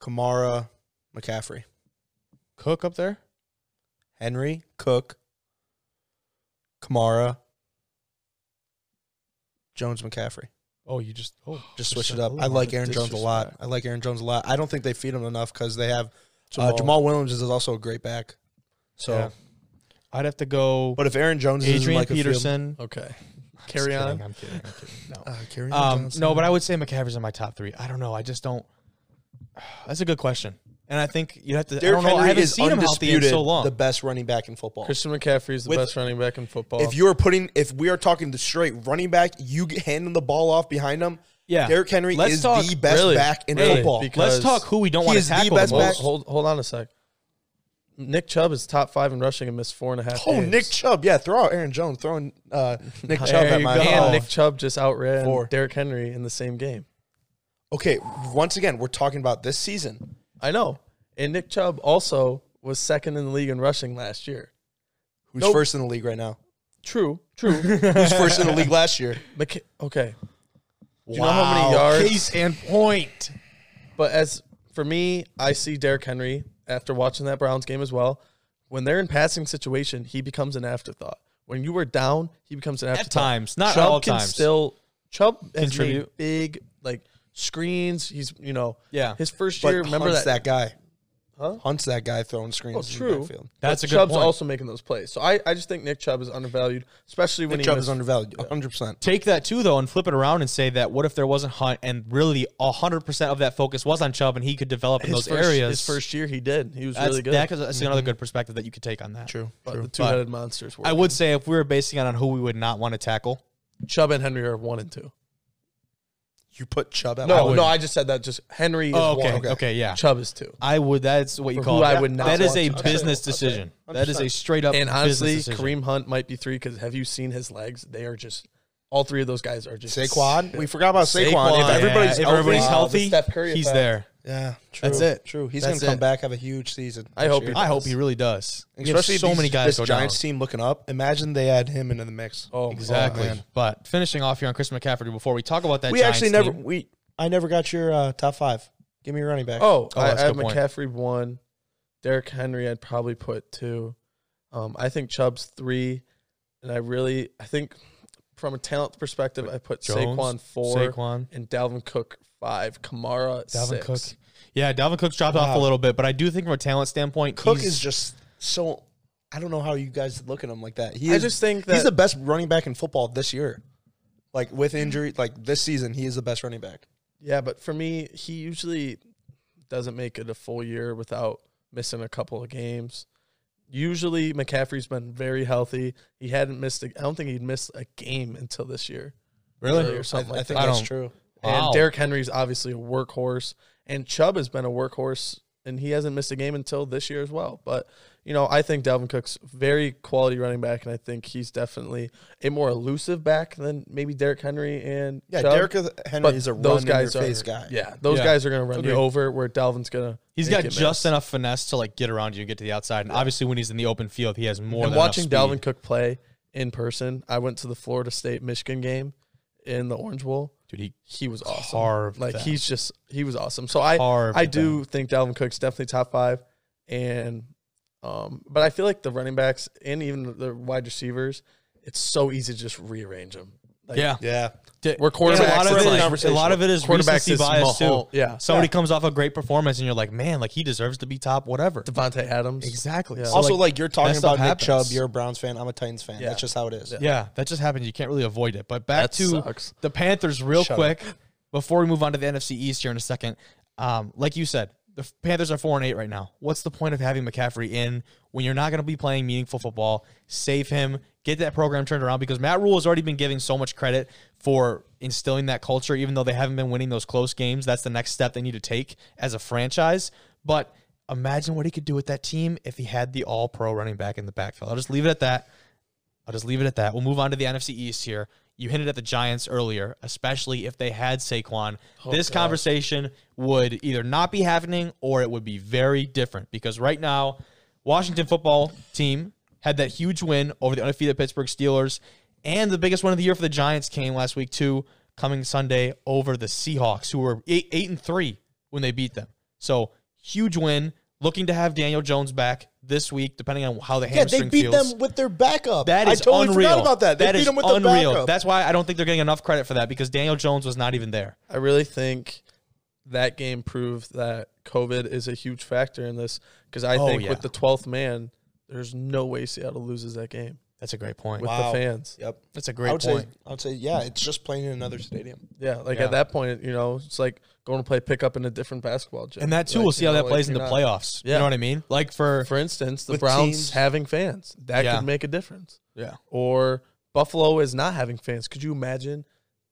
Kamara, McCaffrey.
Cook up there.
Henry, Cook, Kamara, Jones, McCaffrey.
Oh, you just oh,
Just switch it up. I like Aaron Jones a lot. I like Aaron Jones a lot. I don't think they feed him enough because they have Jamal.
Jamal.
Uh, Jamal Williams is also a great back. So,
Yeah. I'd have to go
but if Aaron Jones is
Adrian
like a field,
Peterson.
Okay.
Oh, Just
Carry
kidding,
on.
I'm kidding. I'm kidding.
uh, Kerryon
No. Um,
Johnson.
no, but I would say McCaffrey's in my top three. I don't know. I just don't. That's a good question, and I think you have to. I
Derrick
don't know. I
Henry
haven't
is
seen him healthy in
undisputed
so long.
the best running back in football.
Christian McCaffrey is the
With-
best running back in football.
If you are putting, if we are talking the straight running back, you g- hand him the ball off behind him.
Yeah.
Derrick Henry
Let's
is
talk-
the best
really,
back in
really,
football.
Let's
because-
talk who we don't
He
want to
is the
tackle.
best
most.
back-
Hold, hold hold on a sec. Nick Chubb is top five in rushing and missed four and a half.
oh,
games.
Nick Chubb, yeah, throw out Aaron Jones, throwing uh, Nick Chubb
There
at
you
my
go.
and
Oh.
Nick Chubb just outran
Four.
Derrick Henry in the same game.
Okay, once again, we're talking about this season.
I know. And Nick Chubb also was second in the league in rushing last year.
Who's
Nope.
first in the league right now?
True, true.
Who's first in the league last year?
McK- okay,
Wow.
you know how many yards-
Case and point.
but as for me, I see Derrick Henry after watching that Browns game as well. When they're in passing situation, he becomes an afterthought. When you are down, he becomes an
At
afterthought.
times, not
Chubb
all
can
times.
still Chubb has
Contribute.
made big like screens. He's you know
Yeah.
his first
But
year. Remember
Hunt's that,
that,
guy.
Huh?
Hunt's that guy throwing screens.
Oh,
In the
true.
backfield.
That's a good
Chubb's
point.
also making those plays. So I, I just think Nick Chubb is undervalued, especially when
Nick
he
Chubb
missed-
is undervalued, 100. percent
take that too though and flip it around and say that what if there wasn't Hunt and really hundred percent of that focus was on Chubb and he could develop in
his
those
first,
areas.
His first year, he did. He was
that's,
really good. Mm-hmm.
that- 'cause that's another good perspective that you could take on that. True.
but the two-headed monsters were.
I would say if we were basing it on who we would not want to tackle,
Chubb and Henry are one and two.
You put Chubb at
No,
one.
no, I just said that. Just Henry is
oh, okay,
one.
okay, yeah,
Chubb is two.
I would. That's what you
For
call.
who
it.
I would not
That is
want
a
to tackle.
business decision. That is a straight up
And honestly,
business decision.
Kareem Hunt might be three because have you seen his legs? They are just all three of those guys are just
Saquon. We forgot about Saquon.
Saquon.
If
Yeah,
everybody's
if everybody's
healthy,
healthy,
Steph Curry
he's
effect.
there.
Yeah, true.
That's it.
True. He's
That's
gonna come
it.
back, have a huge season.
I
next
hope
year.
he
I hope he really does. We have
Especially
so
these-
many guys
this
go
Giants
down.
team looking up. Imagine they add him into the mix.
Oh,
Exactly.
man.
but finishing off here on Chris McCaffrey before we talk about that,
we
Giants
actually never
team,
we I never got your uh, top five. Give me your running back.
Oh,
Oh,
I, I
that's a
have
good point.
McCaffrey one. Derrick Henry, I'd probably put two. Um, I think Chubb's three, and I really, I think from a talent perspective, I put
Jones,
Saquon four
Saquon,
and Dalvin Cook five, Kamara
Dalvin
six.
Cook. Yeah, Dalvin Cook's dropped off a little bit, but I do think from a talent standpoint,
Cook
he's-
is just so I don't know how you guys look at him like that. He
I
is,
just think
he's
that-
the best running back in football this year. Like with injury, like this season, he is the best running back.
Yeah, but for me, he usually doesn't make it a full year without missing a couple of games. Usually, McCaffrey's been very healthy. He hadn't missed. A, I don't think he'd missed a game until this year.
really.
or something
I,
like
think
that. I
that's
don't-
true.
Wow.
And Derrick Henry's obviously a workhorse, and Chubb has been a workhorse, and he hasn't missed a game until this year as well. But you know, I think Dalvin Cook's very quality running back, and I think he's definitely a more elusive back than maybe Derrick Henry and
Yeah,
Chubb.
Derrick Henry
But
is a run
those guys
in your face
are-
guy.
Yeah, those
Yeah.
guys are going to run
Agreed.
you over. Where Dalvin's going to
He's
make
got
it
just
miss.
enough finesse to like get around you and get to the outside. And obviously, when he's in the open field, he has more. than
and
enough
watching
speed.
Dalvin Cook play in person, I went to the Florida State Michigan game in the Orange Bowl.
dude, he
He was awesome.
Carved
like
them.
he's just he was awesome. So I
Carved
I do think Dalvin Cook's definitely top five, and um, but I feel like the running backs and even the wide receivers, it's so easy to just rearrange them. Like,
yeah,
Yeah.
D-
we're
and A lot,
quarterbacks,
of
it's
it
like-
is, a lot of it is
Quarterbacks
recency
is
bias too.
Mahal- yeah.
somebody comes off a great performance and you're like, man, like he deserves to be top whatever.
Devontae Adams.
Exactly. So,
Also, like, you're talking
that stuff
about Nick Chubb.
happens.
You're a Browns fan. I'm a Titans fan. That's just how it is.
yeah, that just happens. You can't really avoid it. But back
That
to
sucks.
the Panthers real quick before we move on to the NFC East here in a second. Um, like you said, the Panthers are four and eight right now. What's the point of having McCaffrey in when you're not going to be playing meaningful football? Save him, get that program turned around because Matt Rule has already been giving so much credit for instilling that culture, even though they haven't been winning those close games. That's the next step they need to take as a franchise. But imagine what he could do with that team if he had the all pro running back in the backfield. I'll just leave it at that. I'll just leave it at that. We'll move on to the NFC East here. You hinted at the Giants earlier, especially if they had Saquon.
Oh,
this conversation would either not be happening or it would be very different because right now, Washington football team had that huge win over the undefeated Pittsburgh Steelers, and the biggest win of the year for the Giants came last week too, coming Sunday over the Seahawks, who were eight, eight and three when they beat them. So huge win. Looking to have Daniel Jones back this week, depending on how the
Yeah,
hamstring
they beat
feels.
them with their backup.
That is
I totally
unreal.
forgot about that. They
That
beat
is
them with their
unreal.
backup.
That's why I don't think they're getting enough credit for that because Daniel Jones was not even there.
I really think that game proved that COVID is a huge factor in this because I
Oh,
think
yeah.
with the 12th man, there's no way Seattle loses that game
That's a great point.
with
Wow.
the fans.
Yep.
That's a
I
great
would
point.
say I would say yeah, it's just playing in another stadium.
Yeah, like
Yeah.
at that point, you know, it's like going to play pickup in a different basketball gym.
and that too,
Like,
we'll see
you
how
know,
that
like,
plays in
you're
the
not-
playoffs. You
Yeah.
know what I mean? Like for,
For instance, the
With
Browns
teams-
having fans that
Yeah.
could make a difference.
yeah,
Or Buffalo is not having fans. Could you imagine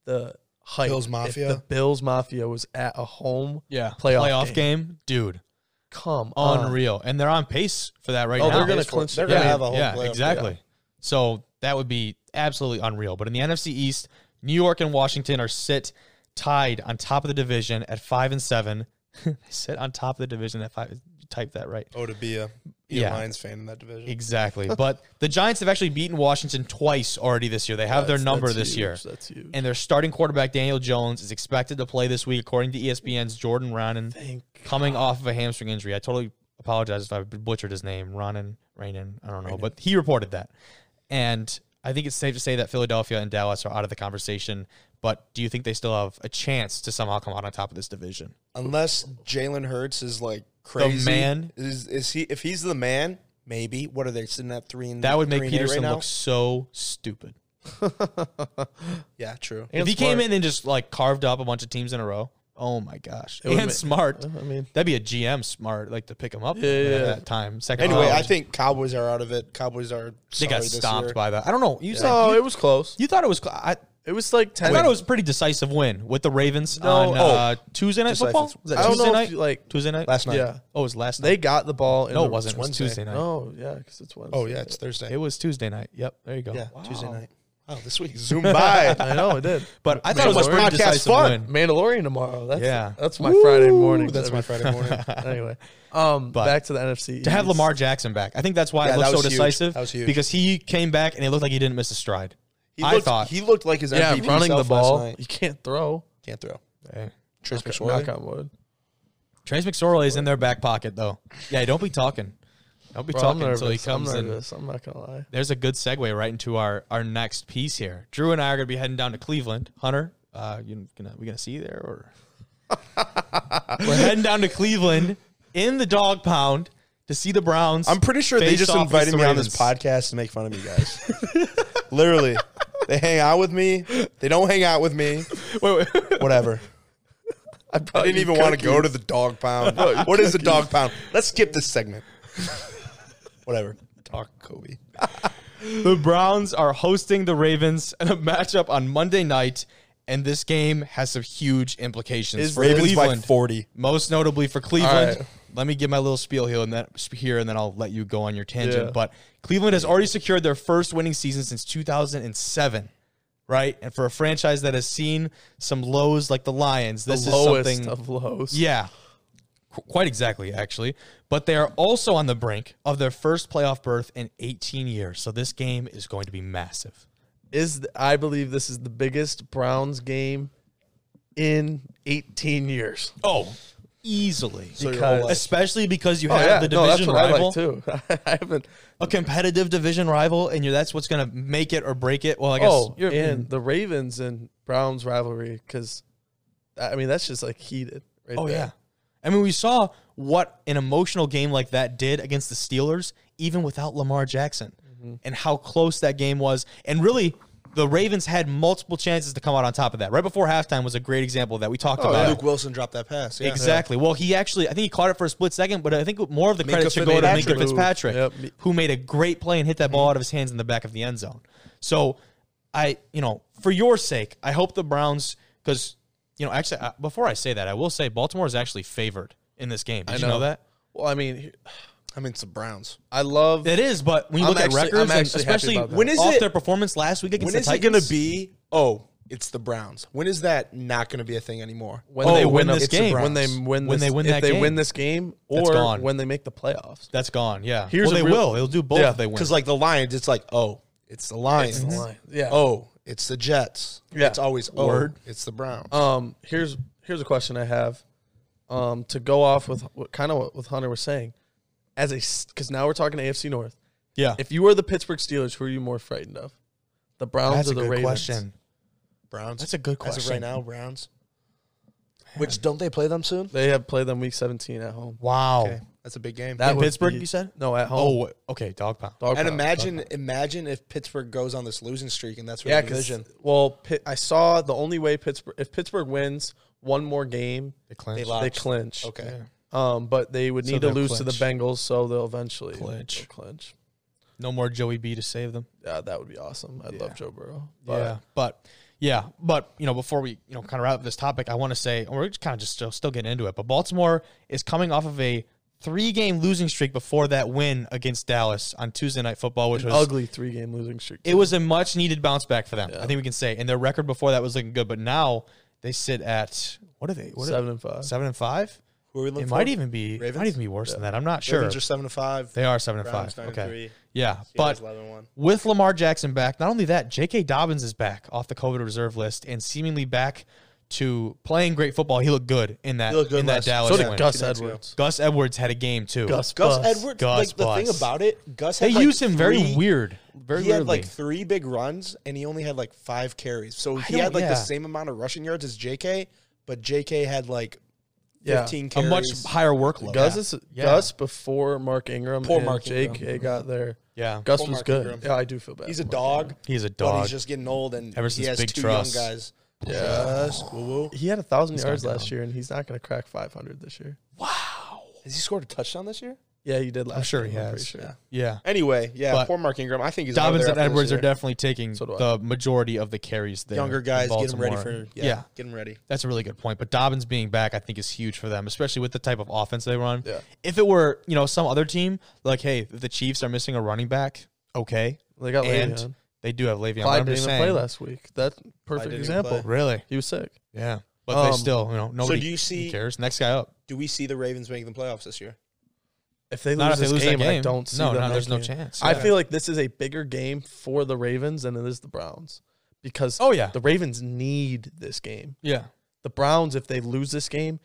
the hype?
Bills
if
Mafia?
the Bills Mafia was at a home
yeah,
Playoff
game. dude,
come on.
unreal. and they're on pace for that right
Oh,
now.
they're gonna
Baseball-
clinch.
Uh, They're
yeah.
gonna have a whole
yeah,
playoff.
exactly. So that would be absolutely unreal. But in the NFC East, New York and Washington are sit tied on top of the division at five and seven. they sit on top of the division at five. Type that right.
Oh, to be a,
a Yeah.
Lions fan in that division.
Exactly. but the Giants have actually beaten Washington twice already this year. They have their
That's-
number
that's
this
huge.
year.
That's huge.
And their starting quarterback, Daniel Jones, is expected to play this week, according to E ESPN's Jordan Ronan,
Thank
coming off of a hamstring injury. I totally apologize if I butchered his name. Ronan, Rainin, I don't know. But he reported that. And I think it's safe to say that Philadelphia and Dallas are out of the conversation. But do you think they still have a chance to somehow come out on top of this division?
Unless Jalen Hurts is like crazy.
man?
is is he? If he's the man, maybe. What are they sitting at three and
That would make
three and eight
Peterson
right now?
look so stupid.
Yeah, true.
if he
Smart.
came in and just like carved up a bunch of teams in a row, oh my gosh!
would
And
ma-
smart,
I mean,
that'd be a GM smart, like to pick him up
yeah,
at
yeah.
that time. Second,
Anyway,
round.
I think Cowboys are out of it. Cowboys are.
Oh. they got stomped by that. I don't know. You said
no,
you,
it was close.
you thought it was. cl- I,
It was like
I
ten.
thought it was a pretty decisive win with the Ravens on uh, Tuesday night
Decisive.
football.
Was
Was
that
that
oh. I don't
Tuesday
know
night?
if you, like
Tuesday night.
last night.
yeah,
Oh, it was last
they Oh.
night.
got the ball. In
No,
the-
it wasn't. It was Tuesday night.
No, yeah, because it's Wednesday.
Oh yeah, it's Thursday.
It was Tuesday night. Yep. There you go.
yeah,
Wow.
Tuesday night. Wow, this week zoom by.
I know it did.
But I thought it was a
Mandalorian
pretty
podcast
decisive
fun.
win.
Mandalorian tomorrow. That's,
Yeah.
that's my Friday morning.
Ooh, that's my Friday morning.
anyway, um,
But-
back to the NFC.
To have
East.
Lamar Jackson back, I think that's why
Yeah,
it
that
looked so
was huge.
decisive.
That was huge.
because he came back and it looked like he didn't miss a stride.
He
I
looked,
thought-
he looked like his
yeah,
MVP
running the
self last
ball,
night.
you can't throw.
Can't throw.
Yeah.
Trace
Knock
McSorley.
on wood.
Trace McSorley is in their back pocket though. Yeah, don't be talking. Don't be
Bro, I'm
talking
nervous.
until he
I'm
comes in.
nervous. I'm not gonna lie.
There's a good segue right into our our next piece here. Drew and I are gonna be heading down to Cleveland. Hunter, uh, you gonna we gonna see you there or? We're heading down to Cleveland in the dog pound to see the Browns.
I'm pretty sure they
face
just
off
invited
against the
me on this
Ravens.
podcast to make fun of you guys. Literally. They hang out with me. They don't hang out with me.
Wait, wait.
Whatever.
I
Uh,
I didn't even want to go to the dog pound. what is the dog pound? Let's skip this segment. Whatever. Talk Kobe.
The Browns are hosting the Ravens in a matchup on Monday night, and this game has some huge implications
Is
for
Ravens by
Cleveland.
40.
Most notably for Cleveland.
right.
Let me give my little spiel here, and then here, and then I'll let you go on your tangent.
Yeah.
But Cleveland has already secured their first winning season since 2007, right? And for a franchise that has seen some lows like the Lions, this is
lowest
something
of lows.
yeah. Qu- Quite exactly, actually. But they are also on the brink of their first playoff berth in 18 years. So this game is going to be massive.
is th- I believe this is the biggest Browns game in 18 years.
Oh, easily.
Because-
Especially because you
Oh,
have the division rival,
too. I haven't.
a competitive division rival, and you're, that's what's going to make it or break it. Well, I guess
Oh,
you're,
and the Ravens and Browns rivalry because I mean that's just like heated. Right
oh
there.
yeah. I mean, we saw what an emotional game like that did against the Steelers, even without Lamar Jackson,
Mm-hmm.
and how close that game was. And really, the Ravens had multiple chances to come out on top of that. Right before halftime was a great example of that we
Oh,
talked about.
Oh, Luke Wilson dropped that pass. Yeah.
Exactly. Well, he actually, I think he caught it for a split second, but I think more of the credit should go to Minka
Fitzpatrick.
Fitzpatrick,
Yep. Mm-hmm.
who made a great play and hit that ball out of his hands in the back of the end zone. So, I, you know, for your sake, I hope the Browns, because, you know, actually, uh, before I say that, I will say Baltimore is actually favored in this game. Did you know
know.
that?
Well, I mean,
I mean, it's the Browns.
I love.
It is, but when you
I'm
look
actually-
at records,
I'm
and
actually happy
especially
about that.
when
When
is
is
off
it-
their performance last week against
When
the
is it
Titans.
going to be? Oh, it's the Browns. When is that not going to be a thing anymore?
When
Oh,
they win,
when
a-
this
it's the
game.
Browns. when they win,
When
this,
they win
if
that
they
game.
win this game,
That's
or
gone.
when they make the playoffs.
That's gone, yeah.
Here's
well,
a
they
real-
will. They'll do both
Yeah,
if they win.
Because like the Lions, it's like oh, it's the Lions.
Yeah.
Oh, it's the Jets.
Yeah.
It's always oh,
Word.
It's the Browns.
Um, here's here's a question I have. Um, to go off with what kind of what with Hunter was saying, as a because now we're talking AFC North.
Yeah.
If you were the Pittsburgh Steelers, who are you more frightened of? The Browns
That's
or
a
the
good
Ravens?
question.
Browns.
That's a good
As of
question.
right now, Browns. Which don't they play them soon?
They have played them Week 17 at home.
Wow.
Okay, that's a big game.
That
In
would
Pittsburgh,
be-
you said?
No, at home.
Oh, okay. Dog pound.
Dog
and
pound.
imagine, imagine if Pittsburgh goes on this losing streak, and that's for
yeah,
the
'cause-
division.
well, Pitt, I saw the only way Pittsburgh if Pittsburgh wins one more game,
They clinch.
They lost.
they clinch.
Okay.
Um, but they would
So
need to
they'll
lose to the
clinch.
Bengals, so they'll eventually
Clinch.
they'll clinch.
No more Joey B to save them.
Yeah, that would be awesome. I love Joe Burrow.
yeah, but yeah, but you know, before we you know kind of wrap up this topic, I want to say and we're kind of just still still getting into it. But Baltimore is coming off of a three game losing streak before that win against Dallas on Tuesday Night Football, which was
ugly three game losing streak.
it was a much needed bounce back for them. I think we can say, and their record before that was looking good, but now they sit at what are they? What are
seven and five.
they? seven and five.
Who are we
It
looking
might
for?
even be it might
Ravens?
even be worse than that. I'm not sure.
Ravens are seven to five.
They are seven
Browns
and
nine and
five. Okay.
three.
Yeah,
Steelers
but
11-1.
with Lamar Jackson back, not only that, J.K. Dobbins is back off the COVID reserve list and seemingly back to playing great football. He looked good in that
He looked good
in that
last-
Dallas
so
did
win.
Gus
Two nights ago.
Edwards.
Gus Edwards had a game too.
Gus
Bus.
Edwards.
Gus
like the thing
Bus.
about it, Gus.
they
Had like
used him very
three-
weird. Very
he had
weirdly.
like three big runs and he only had like five carries. So he
don't-
had like
yeah.
the same amount of rushing yards as JK, but JK had like
Yeah.
15
a
carries.
much higher workload.
Gus
yeah.
is
Yeah.
Gus before Mark Ingram.
Poor
and
Mark Ingram.
JK got there.
Yeah.
Gus
Poor
was
Mark
good.
Ingram.
Yeah, I do feel bad.
He's a
for Mark
dog,
He's a
but
dog.
he's just getting old and
Ever
he
since
has
Big
two
Truss.
young guys.
Ingram. Yeah.
Just woo woo.
He had a thousand yards
gonna
last year, and he's not going to crack 500 this year.
Has he scored a toutouchdown this year?
Yeah, he did last.
I'm sure
year,
he
I'm
has.
pretty sure.
Yeah. yeah.
Anyway, yeah,
But
poor Mark Ingram. I think he's out of
Dobbins
there
and
after this
Edwards are
year.
definitely taking
do I.
the majority of the carries there.
younger
in
guys. Get him ready
Baltimore.
for yeah,
yeah.
Get him ready.
That's a really good point. But Dobbins being back, I think, is huge for them, especially with the type of offense they run.
Yeah.
If it were, you know, some other team, like, hey, if the Chiefs are missing a running back, okay.
They got
and
Le'Veon.
They do have Le'Veon. but
Clyde
I'm
didn't
just
even
saying,
play last week. That perfect
didn't even
example.
Really?
He was sick.
Yeah. But they
Um,
still, you know, nobody
do you see-
cares. Next guy up.
Do we see the Ravens making the playoffs this year?
If they lose,
Not if they
this
lose
game,
that game.
I don't see
no,
them
no, there's no
making it.
chance.
I
Yeah.
feel like this is a bigger game for the Ravens than it is the Browns because
Oh yeah.
the Ravens need this game.
yeah.
The Browns, if they lose this game,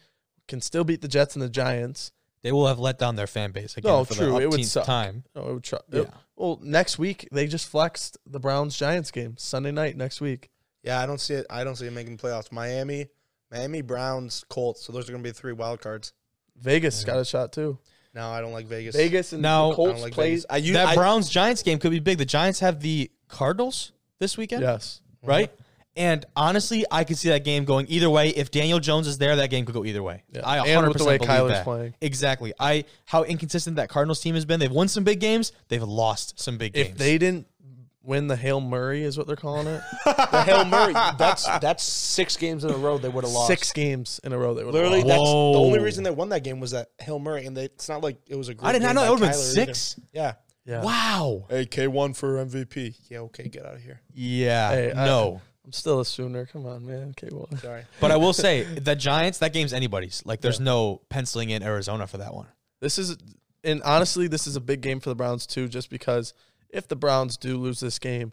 can still beat the Jets and the Giants.
They will have let down their fan base again
No,
for
true,
the
it would
18th
suck.
time.
Oh, it would try,
Yeah.
it- well, next week they just flexed the Browns Giants game Sunday night next week.
Yeah, I don't see it. I don't see it making the playoffs. Miami, Miami, Browns, Colts. So those are going to be the three wild cards.
Vegas got a shot too.
No, I don't like Vegas.
Vegas and
Now-
the
I
Colts
don't like
plays.
Vegas. I, you,
that
I-
Browns Giants game could be big. The Giants have the Cardinals this weekend,
Yes,
right? And honestly, I could see that game going either way. If Daniel Jones is there, that game could go either way. I 100%
And with the way
believe
Kyler's
that.
playing.
Exactly. I how inconsistent that Cardinals team has been. They've won some big games, they've lost some big
if
games.
they didn't win the Hail Murray is what they're calling it.
The Hail Murray. That's that's six games in a row they would have lost.
Six games in a row they would
Literally,
Lost.
that's the only
Whoa.
reason they won that game was that Hill Murray, and they, it's not like it was a great.
I did not
game
know
by
that would have been
Kyler either.
six.
Yeah.
Yeah.
Wow.
AK one for MVP. Yeah. Okay. Get out of here.
Yeah.
Hey, I-
no.
I'm still a Sooner. Come on, man. Okay, well,
Sorry.
but I will say the Giants, that game's anybody's. Like there's no penciling in Arizona for that one.
this is, and honestly, this is a big game for the Browns too, just because if the Browns do lose this game,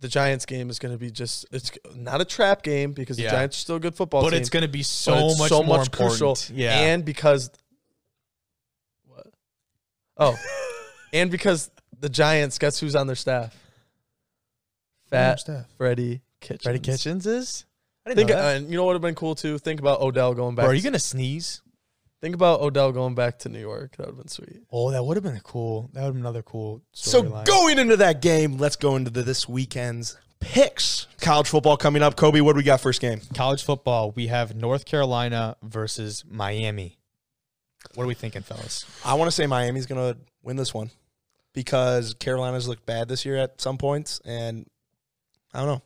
the Giants game is going to be just it's not a trap game because the
Yeah.
Giants are still a good football
But
team,
it's going to be so
but it's
much more important. Yeah.
and because what? Oh, and because the Giants, guess who's on their staff? Fat Freddie Kitchens.
Freddie Kitchens is? I didn't
Think, uh, and you know what would have been cool too? Think about Odell going back.
Bro, are you
to-
going to sneeze?
Think about Odell going back to New York. That would have been sweet.
Oh, that would have been a cool. That would have been another cool.
So
storyline.
going into that game, let's go into the, this weekend's picks. College football coming up. Kobe, what do we got first game?
college football. We have North Carolina versus Miami. What are we thinking, fellas?
I want to say Miami's going to win this one because Carolina's looked bad this year at some points, and I don't know.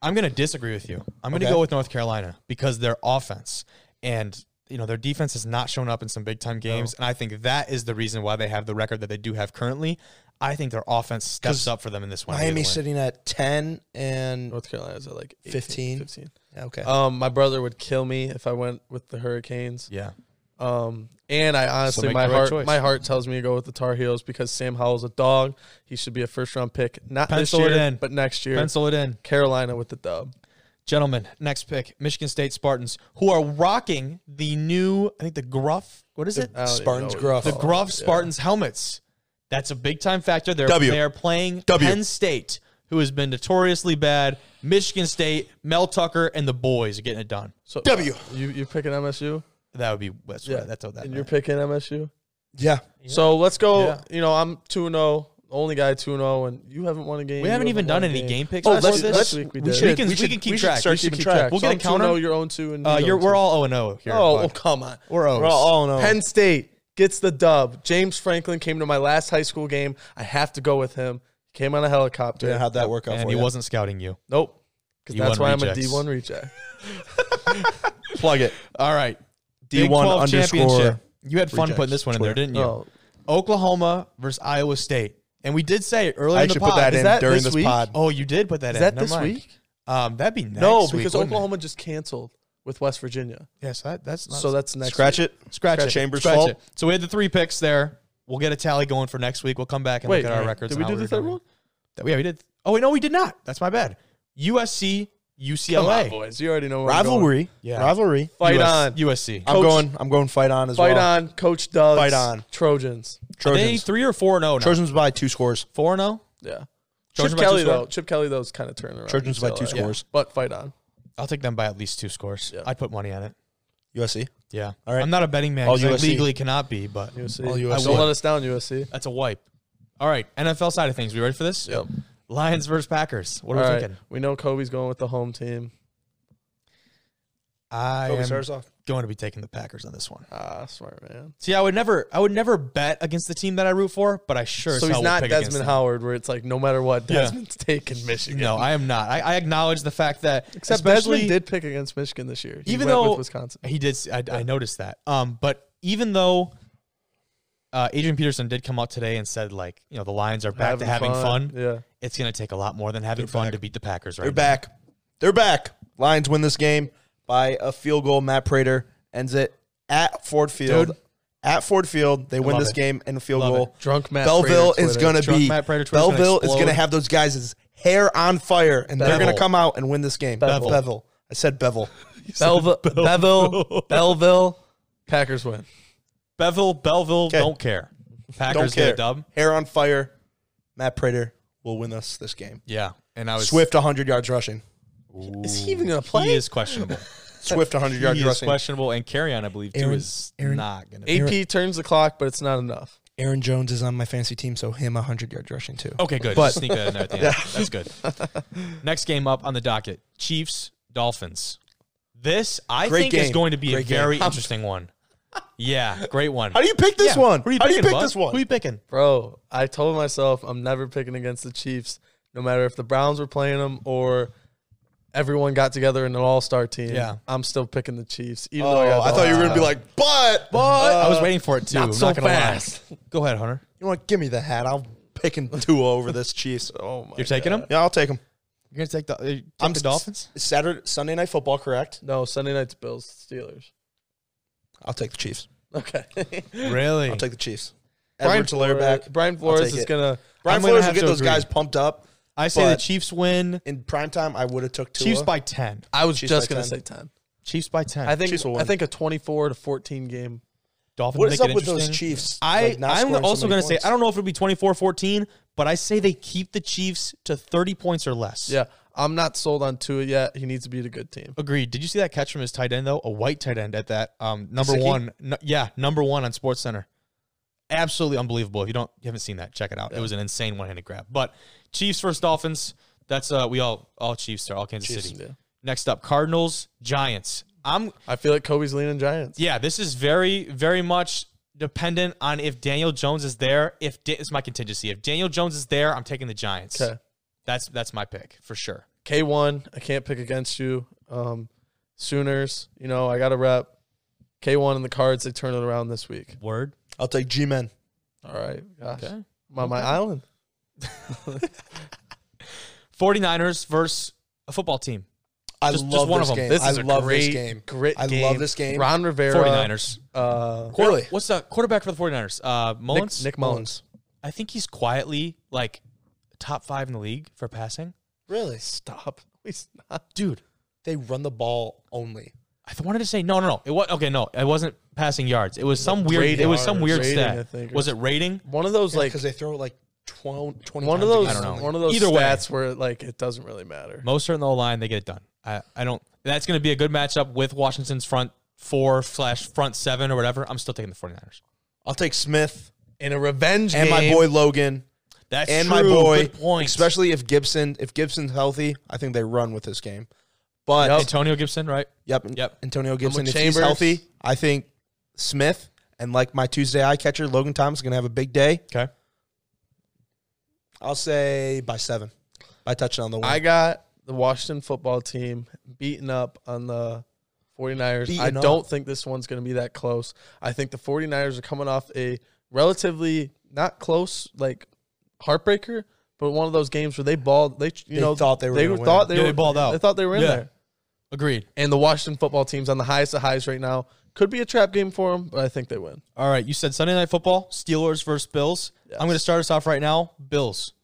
I'm going to disagree with you. I'm going to
Okay.
go with North Carolina because their offense and you know their defense has not shown up in some big time games, and I think that is the reason why they have the record that they do have currently. I think their offense steps up for them in this one.
Miami's sitting at ten and
North Carolina's at like 18,
15.
15.
okay.
Um, my brother would kill me if I went with the Hurricanes.
Yeah,
Um, and I honestly,
make
my
the right
heart,
choice.
my heart tells me to go with the Tar Heels because Sam Howell's a dog. He should be a first round pick, not
Pencil
this
it
year,
in.
but next year.
pencil it in.
Carolina with the dub.
Gentlemen, next pick, Michigan State Spartans, who are rocking the new, I think the Gruff, what is it?
I don't even
Spartans
know what
Gruff.
you
The
call it.
Gruff Spartans helmets. That's a big time factor. They're
W.
they are playing
W.
Penn State, who has been notoriously bad. Michigan State, Mel Tucker, and the boys are getting it done.
So, uh,
W.
You you picking MSU?
That would be that's
Yeah.
right. That's what that.
And you're
meant.
picking MSU.
yeah.
So let's go.
Yeah.
You know, I'm two and zero. Only guy two and zero, and you haven't won a game.
We
you
haven't even
won
done
a
any game picks.
Oh,
last
let's,
week.
let's,
we,
week we
we
did.
should-
can, we, can keep
we should
track.
start
We should
keeping
keep
track.
track. We'll
So
get
I'm
a counter.
2-0, You're on two and
Uh,
you
you're, we're all 0 0 here.
Oh,
bud.
oh, come on.
we're 0
We're all no.
Penn State gets the dub. James Franklin came to my last high school game. I have to go with him. He came on a helicopter.
Yeah, how'd that work out
And
for
he
you?
wasn't scouting you.
Nope. Because
D1
that's why
rejects.
I'm a D1 reject.
Plug it.
All right.
D1
Big 12
underscore
championship. You had fun
rejects
putting this one in there, didn't you?
No.
Oklahoma versus Iowa State. And we did say earlier
I
in the
actually
pod,
put that
is
in
that
during
this
this,
week?
pod.
Oh, you did put that in.
Is that
Never
this
mind.
week?
Um, that'd be next
No,
week,
because
wouldn't it?
Oklahoma just canceled with West Virginia.
Yes, that, that's not
So that's next.
Scratch
week.
it.
scratch it.
Chambers'
scratch
fault.
It. So we had the three picks there. We'll get a tally going for next week. We'll come back and
Wait,
look at our records. and
did we
how
do
we
the
were
third
doing.
one?
That- Yeah, we did. Oh wait, no, we did not. That's my bad. USC,
Come on,
UCLA,
boys. You already know where I'm going.
Rivalry.
Yeah.
Rivalry.
Fight
US
on.
USC.
I'm
Coach-
going. I'm going. Fight on as
Fight
well.
on. Coach Doug.
Fight on.
Trojans.
Are they
Trojans.
three or four? No, no,
Trojans by two scores.
four. oh? No.
Yeah.
Trojans by
Chip
two
Kelly
score?
though. Chip Kelly though's kind of turning around.
Trojans by two
UCLA. Yeah.
scores.
But fight on.
I'll take them by at least two scores.
Yeah.
I'd put money on it.
USC.
Yeah.
All right.
I'm not a betting man.
All
'cause I
USC.
legally cannot be, but
USC.
All
I
USC.
Don't let us down, USC.
that's a wipe. All right, NFL side of things. We ready for this?
Yep.
Lions versus Packers. What are
All
we
right.
thinking?
We know Kobe's going with the home team.
I
Kobe,
am
start us off.
going to be taking the Packers on this one.
Ah, smart man.
See, I would never, I would never bet against the team that I root for, but I sure. as
so
hell
he's
would
not
pick against
Desmond
them.
Howard, where it's like no matter what,
Yeah.
Desmond's taking Michigan.
No, I am not. I, I acknowledge the fact that,
Except
especially
Desmond did pick against Michigan this year. He
even
went
though
with Wisconsin,
he did. I, I noticed that. Um, but even though uh, Adrian Peterson did come out today and said like, you know, the Lions are back to having fun.
Yeah.
It's going to take a lot more than having fun to beat the Packers right
They're
now.
back. They're back. Lions win this game by a field goal. Matt Prater ends it at Ford Field.
Dude.
At Ford Field, they win
love
this
it.
game and a field
Love
goal.
it.
Drunk Matt
Belleville
Prater
is
Twitter.
going to
Drunk
be
Matt Prater Twitter's gonna
Belleville is going to
explode.
have those guys' hair on fire, and they're
Bevel.
going to come out and win this game.
Bevel.
Bevel. I said Bevel.
Belleville, Belleville, Belleville, Packers win.
Bevel, Belleville, don't care. Packers
Don't
get
care.
a dub.
Hair on fire. Matt Prater will win us this game.
Yeah. And I was
Swift 100 yards rushing.
Is he even going to
He
play?
is questionable.
Swift 100
he
yards
is
rushing.
questionable. And carry on, I believe, too,
Aaron-
is
Aaron-
not going to be.
AP turns the clock, but it's not enough.
Aaron Jones is on my fantasy team, so him 100 yards rushing too.
Okay, good.
But-
Just sneak that in there at the end. That's good. Next game up on the docket: Chiefs Dolphins. This I
Great
think is
game.
going to be
Great
a
game.
very interesting one. Yeah, great one.
How do you pick this one?
Who are you
How do you
picking,
pick
bud?
this one?
Who you picking?
Bro, I told myself I'm never picking against the Chiefs, no matter if the Browns were playing them or everyone got together in an all star team.
Yeah.
I'm still picking the Chiefs. Even
Oh,
though I, got
I thought you were going to be
Dolphins.
like, but, but.
I was waiting for it too.
not
I'm
so
not gonna lie.
fast.
Go ahead, Hunter.
You know what? Give me the hat. I'm picking two over this Chiefs.
Oh, my.
You're taking them.
Yeah, I'll take them.
You're gonna take the. Uh,
I'm
I'm the
s-
Dolphins.
Saturday, Sunday night football, correct?
No, Sunday night's Bills, Steelers.
I'll take the Chiefs.
Okay.
Really?
I'll take the Chiefs.
Brian
Edward Tolaire back.
Brian
I'll
Flores
take
is
it.
going to.
Brian
I'm gonna
Flores will
have
get
to
those
agree.
guys pumped up.
I say the
but-
Chiefs win.
In prime time, I would have took Tua.
Chiefs by ten.
I was
Chiefs
just
by
going to
10.
say 10.
Chiefs by ten.
I think
Chiefs will
I
win.
think a 24 to 14 game.
Dolphins.
what is
make it
up with those
interesting.
Chiefs?
I,
like, not
I'm
scoring so
also
many
going to say,
points?
I don't know if it'll be 24 14, but I say they keep the Chiefs to 30 points or less.
Yeah, I'm not sold on Tua yet. He needs to beat a good team.
Agreed. Did you see that catch from his tight end though? A white tight end at that. Um, number
Gesicki?
one. nu- yeah, number one on Sports Center. Absolutely unbelievable. If you don't, you haven't seen that, check it out. It was an insane one-handed grab. But Chiefs versus Dolphins. That's uh, we all all Chiefs are all Kansas City. Next up, Cardinals Giants. I'm
I feel like Kobe's leaning Giants.
yeah. This is very very much dependent on if Daniel Jones is there. If da- it's my contingency, if Daniel Jones is there, I'm taking the Giants.
Okay.
That's that's my pick for sure.
K1, I can't pick against you. Um, Sooners, you know, I got to rep. K1 and the Cards, they turn it around this week.
Word.
I'll take G-Men.
All right. Gosh.
Okay.
I'm on my island.
49ers versus a football team.
I
Just-
love
just one
this
of them.
game.
This
I
is a
love
great,
this game.
great
I
game.
love this game.
Ron Rivera.
49ers.
Uh,
Really?
What's the quarterback for the 49ers? Uh,
Nick,
Mullins?
Nick Mullins.
I think he's quietly like top five in the league for passing.
Really?
Stop. He's not.
Dude,
They run the ball only.
I th- wanted to say no, no, no. It was okay. No, it wasn't passing yards. It was some weird.
rating
It was some
or
weird
rating, I
stat.
think, or
was it rating?
One of those, like,
Because they throw it like 20, 20
one of
times a
those,
game.
I don't know.
one of those
Either way.
stats where, like, it doesn't really matter.
Mostert in the line, they get it done. I, I don't. That's going to be a good matchup with Washington's front four slash front seven or whatever. I'm still taking the 49ers.
I'll take Smith
In a revenge
and my
game.
boy Logan
That's
and my
true.
boy.
Good point.
Especially if Gibson, if Gibson's healthy, I think they run with this game. But
Oh. Antonio Gibson, right?
Yep.
Yep.
Antonio Gibson, if he's
Chambers.
healthy, I think Smith and like my Tuesday eye catcher, Logan Thomas, is going to have a big day.
Okay.
I'll say by seven. By touchdown the win.
I got the Washington football team beaten up on the 49ers. I
Beaten up.
don't think this one's going to be that close. I think the 49ers are coming off a relatively not close, like heartbreaker, but one of those games where they balled. They you
They
know
thought they were
they
gonna win.
thought they
Yeah,
were
they balled out.
They thought they were in
Yeah.
there.
Agreed.
And the Washington football team's on the highest of highs right now. Could be a trap game for them, but I think they win.
All right, you said Sunday night football, Steelers versus Bills. I'm going to start us off right now. Bills,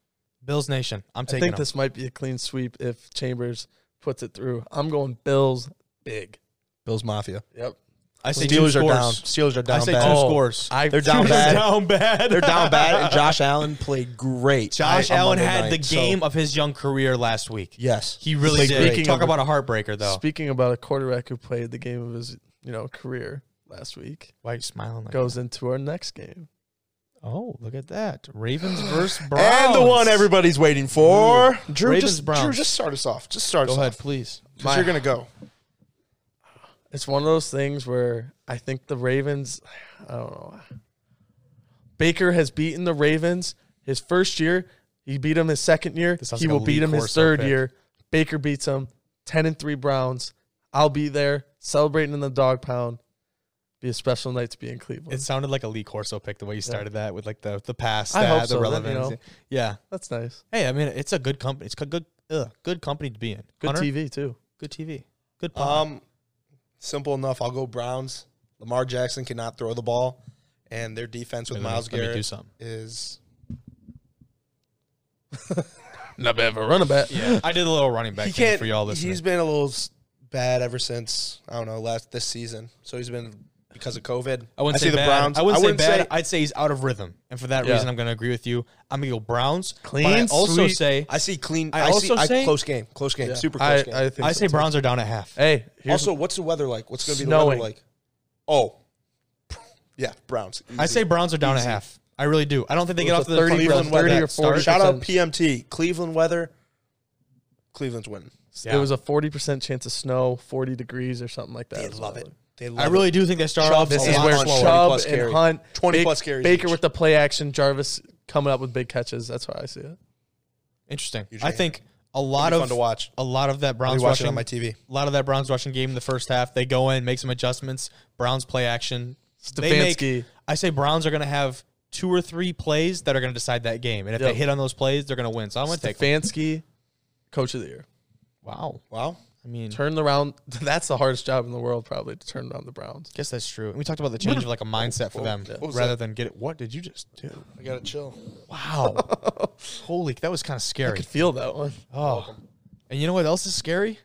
Bills Nation. I'm
I
taking
think
them.
this might be a clean sweep if Chambers puts it through. I'm going Bills big.
Bills Mafia.
Yep.
I say two
Steelers are
scores.
down. Steelers are down
I say
bad.
two
Oh,
scores.
I,
They're down bad.
down bad.
They're down bad, and Josh Allen played great.
Josh
on
Allen
Monday
had
night,
the
so-
game of his young career last week.
yes.
He really
Big
did.
break.
Talk
of-
about a heartbreaker, though.
Speaking about a quarterback who played the game of his, you know, career last week,
Why are you smiling? Like
goes into our next game.
Oh, look at that. Ravens versus Browns.
And the one everybody's waiting for. Drew,
Ravens,
just,
Browns.
Drew, just start us off. Just start
Go
us
ahead,
off.
please.
'Cause you're going to go.
It's one of those things where I think the Ravens, I don't know. Baker has beaten the Ravens his first year. He beat him his second year.
sounds
He
like a
will beat
Lee
him his
Corso
third
pick.
year. Baker beats him. Ten and three Browns. I'll be there celebrating in the dog pound. Be a special night to be in Cleveland.
It sounded like a Lee Corso pick the way you started that with like the the past,
I hope
the
so, then, you
relevance.
know.
Yeah.
That's nice.
Hey, I mean, it's a good company. It's a good ugh, good company to be in.
Good
Hunter?
TV too.
Good TV. Good. pod.
Um, simple enough. I'll go Browns. Lamar Jackson cannot throw the ball, and their defense with
Let me-
Miles
let me do
Garrett
something.
is
Never ever run a bet.
yeah, I did a little running
he
back thing
can't.
for y'all listening.
he's been a little s- bad ever since I don't know last this season. So he's been because of COVID.
I wouldn't
see
say
the
bad.
Browns.
I
I
wouldn't,
wouldn't
say bad.
say-
I'd say he's out of rhythm, and for that
Yeah.
reason, I'm going to agree with you. I'm going to go Browns.
Clean
but I also
sweep.
say
I see clean.
I
I, see
also
I-
say-
close game. Close game. Super
I,
close game.
I think.
I
so,
say
too.
Browns are down at half.
Hey, here's
also, what's the weather like? What's going to be the weather
Snowing.
like? Oh, yeah, Browns.
I say Browns are down at half. I really do. I don't think they get
It
off
was
to the
a 30
front
Cleveland
foot
weather
at
or
the start.
40.
Shout out
percent.
PMT. Cleveland weather. Cleveland's winning.
Yeah.
there was a forty percent chance of snow, forty degrees or something like that.
They
is
love
what
it. They love
I really do think they start
Chubb
off.
this
a
is
lot
where
slower.
Chubb-
Chubb
20-plus
and
carry.
Hunt,
20-plus
Bak-
carries
Baker
each.
with the play action, Jarvis coming up with big catches. That's how I see it.
Interesting. I
Usually.
think a lot
be
of
fun to watch.
a lot of that
I'll be
Browns
watching
rushing
on my TV.
A lot of that Browns rushing game in the first half. They go in, make some adjustments. Browns play action. They
Stefanski.
make, I say Browns are going to have two or three plays that are going to decide that game, and if
Yep.
they hit on those plays, they're going to win. So I'm going to take.
Stefanski, coach of the year.
Wow.
Wow.
I mean,
Turn around. That's the hardest job in the world, probably, to turn around the Browns.
guess that's true. And we talked about the change of like a mindset for them
was
rather than get it. What did you just do?
I got to chill.
Wow. Holy, that was kind of
I
scary.
could feel that one.
Oh. And you know what else is scary?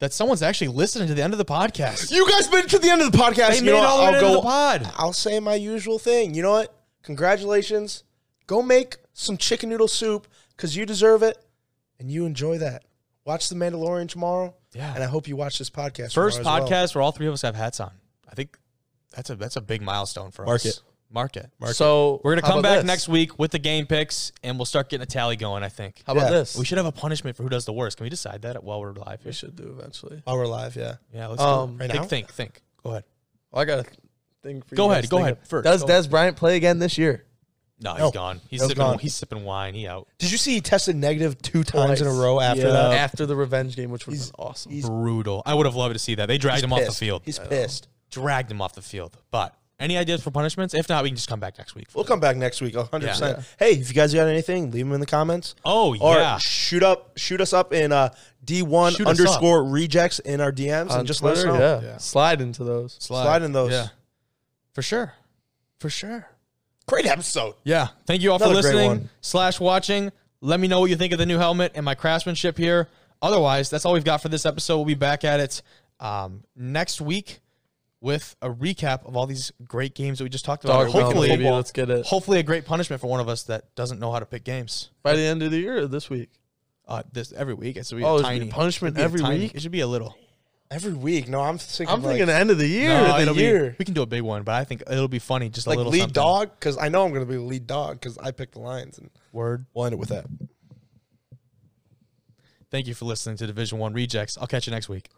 That someone's actually listening to the end of the podcast.
You guys made it to the end of the podcast.
They
you
made
know
it
what?
all the way
I'll
to
go.
the pod.
I'll say my usual thing. You know what? Congratulations. Go make some chicken noodle soup because you deserve it and you enjoy that. Watch The Mandalorian tomorrow.
Yeah.
And I hope you watch this podcast.
First
tomorrow as well.
podcast where all three of us have hats on. I think that's a that's a big milestone for
Mark
us.
it.
Mark it.
So
We're gonna
how
come
about
back
this?
next week with the game picks, and we'll start getting a tally going. I think.
How about
Yeah.
this?
We should have a punishment for who does the worst. Can we decide that while we're live?
We
Here?
should do eventually.
While we're live, yeah.
Yeah, let's do
Um,
it.
Right
think,
now?
think, think. Go ahead.
Well, I got a thing for
Go
you.
ahead,
guys
go
to think
ahead
of.
first.
Does
Go
Des Bryant play again this year?
No, he's
No,
gone. He's
that was
sipping.
gone.
He's sipping wine. He out.
Did you see he tested negative two times in a
Twice.
row after
Uh,
Yeah.
that?
After the revenge game, which would have been awesome.
Brutal. I would have loved to see that. They dragged him off
Pissed.
the field.
He's pissed.
dragged him off the field. But any ideas for punishments? If not, we can just come back next week.
We'll come back next week, 100%.
Yeah.
Hey, if you guys got anything, leave them in the comments.
Oh
Or
yeah.
shoot up, shoot us up in uh, D1
Shoot us
underscore rejects in our DMs
On
and just
Twitter,
let us know.
Yeah. slide into those.
slide in those.
Yeah. For sure. For sure.
Great episode.
Yeah. Thank you all for
Another great
listening
one.
slash watching. Let me know what you think of the new helmet and my craftsmanship here. Otherwise, that's all we've got for this episode. We'll be back at it um, next week with a recap of all these great games that we just talked about.
Dog pound, baby. Let's get it.
Hopefully, a great punishment for one of us that doesn't know how to pick games.
By the end of the year, or this week.
Uh, this every week. It's be a
Oh, it should be
tiny it'd
punishment
be a
every
tiny-
week?
It should be a little.
Every week. No, I'm thinking.
I'm
like-
thinking end of the year.
No,
it'll
it'll
be-
be- we can do a big one, but I think it'll be funny. Just a
like
little
lead
something.
dog because I know I'm going to be the lead dog because I picked the Lions and
word.
we'll end it with that.
Thank you for listening to Division One Rejects. I'll catch you next week.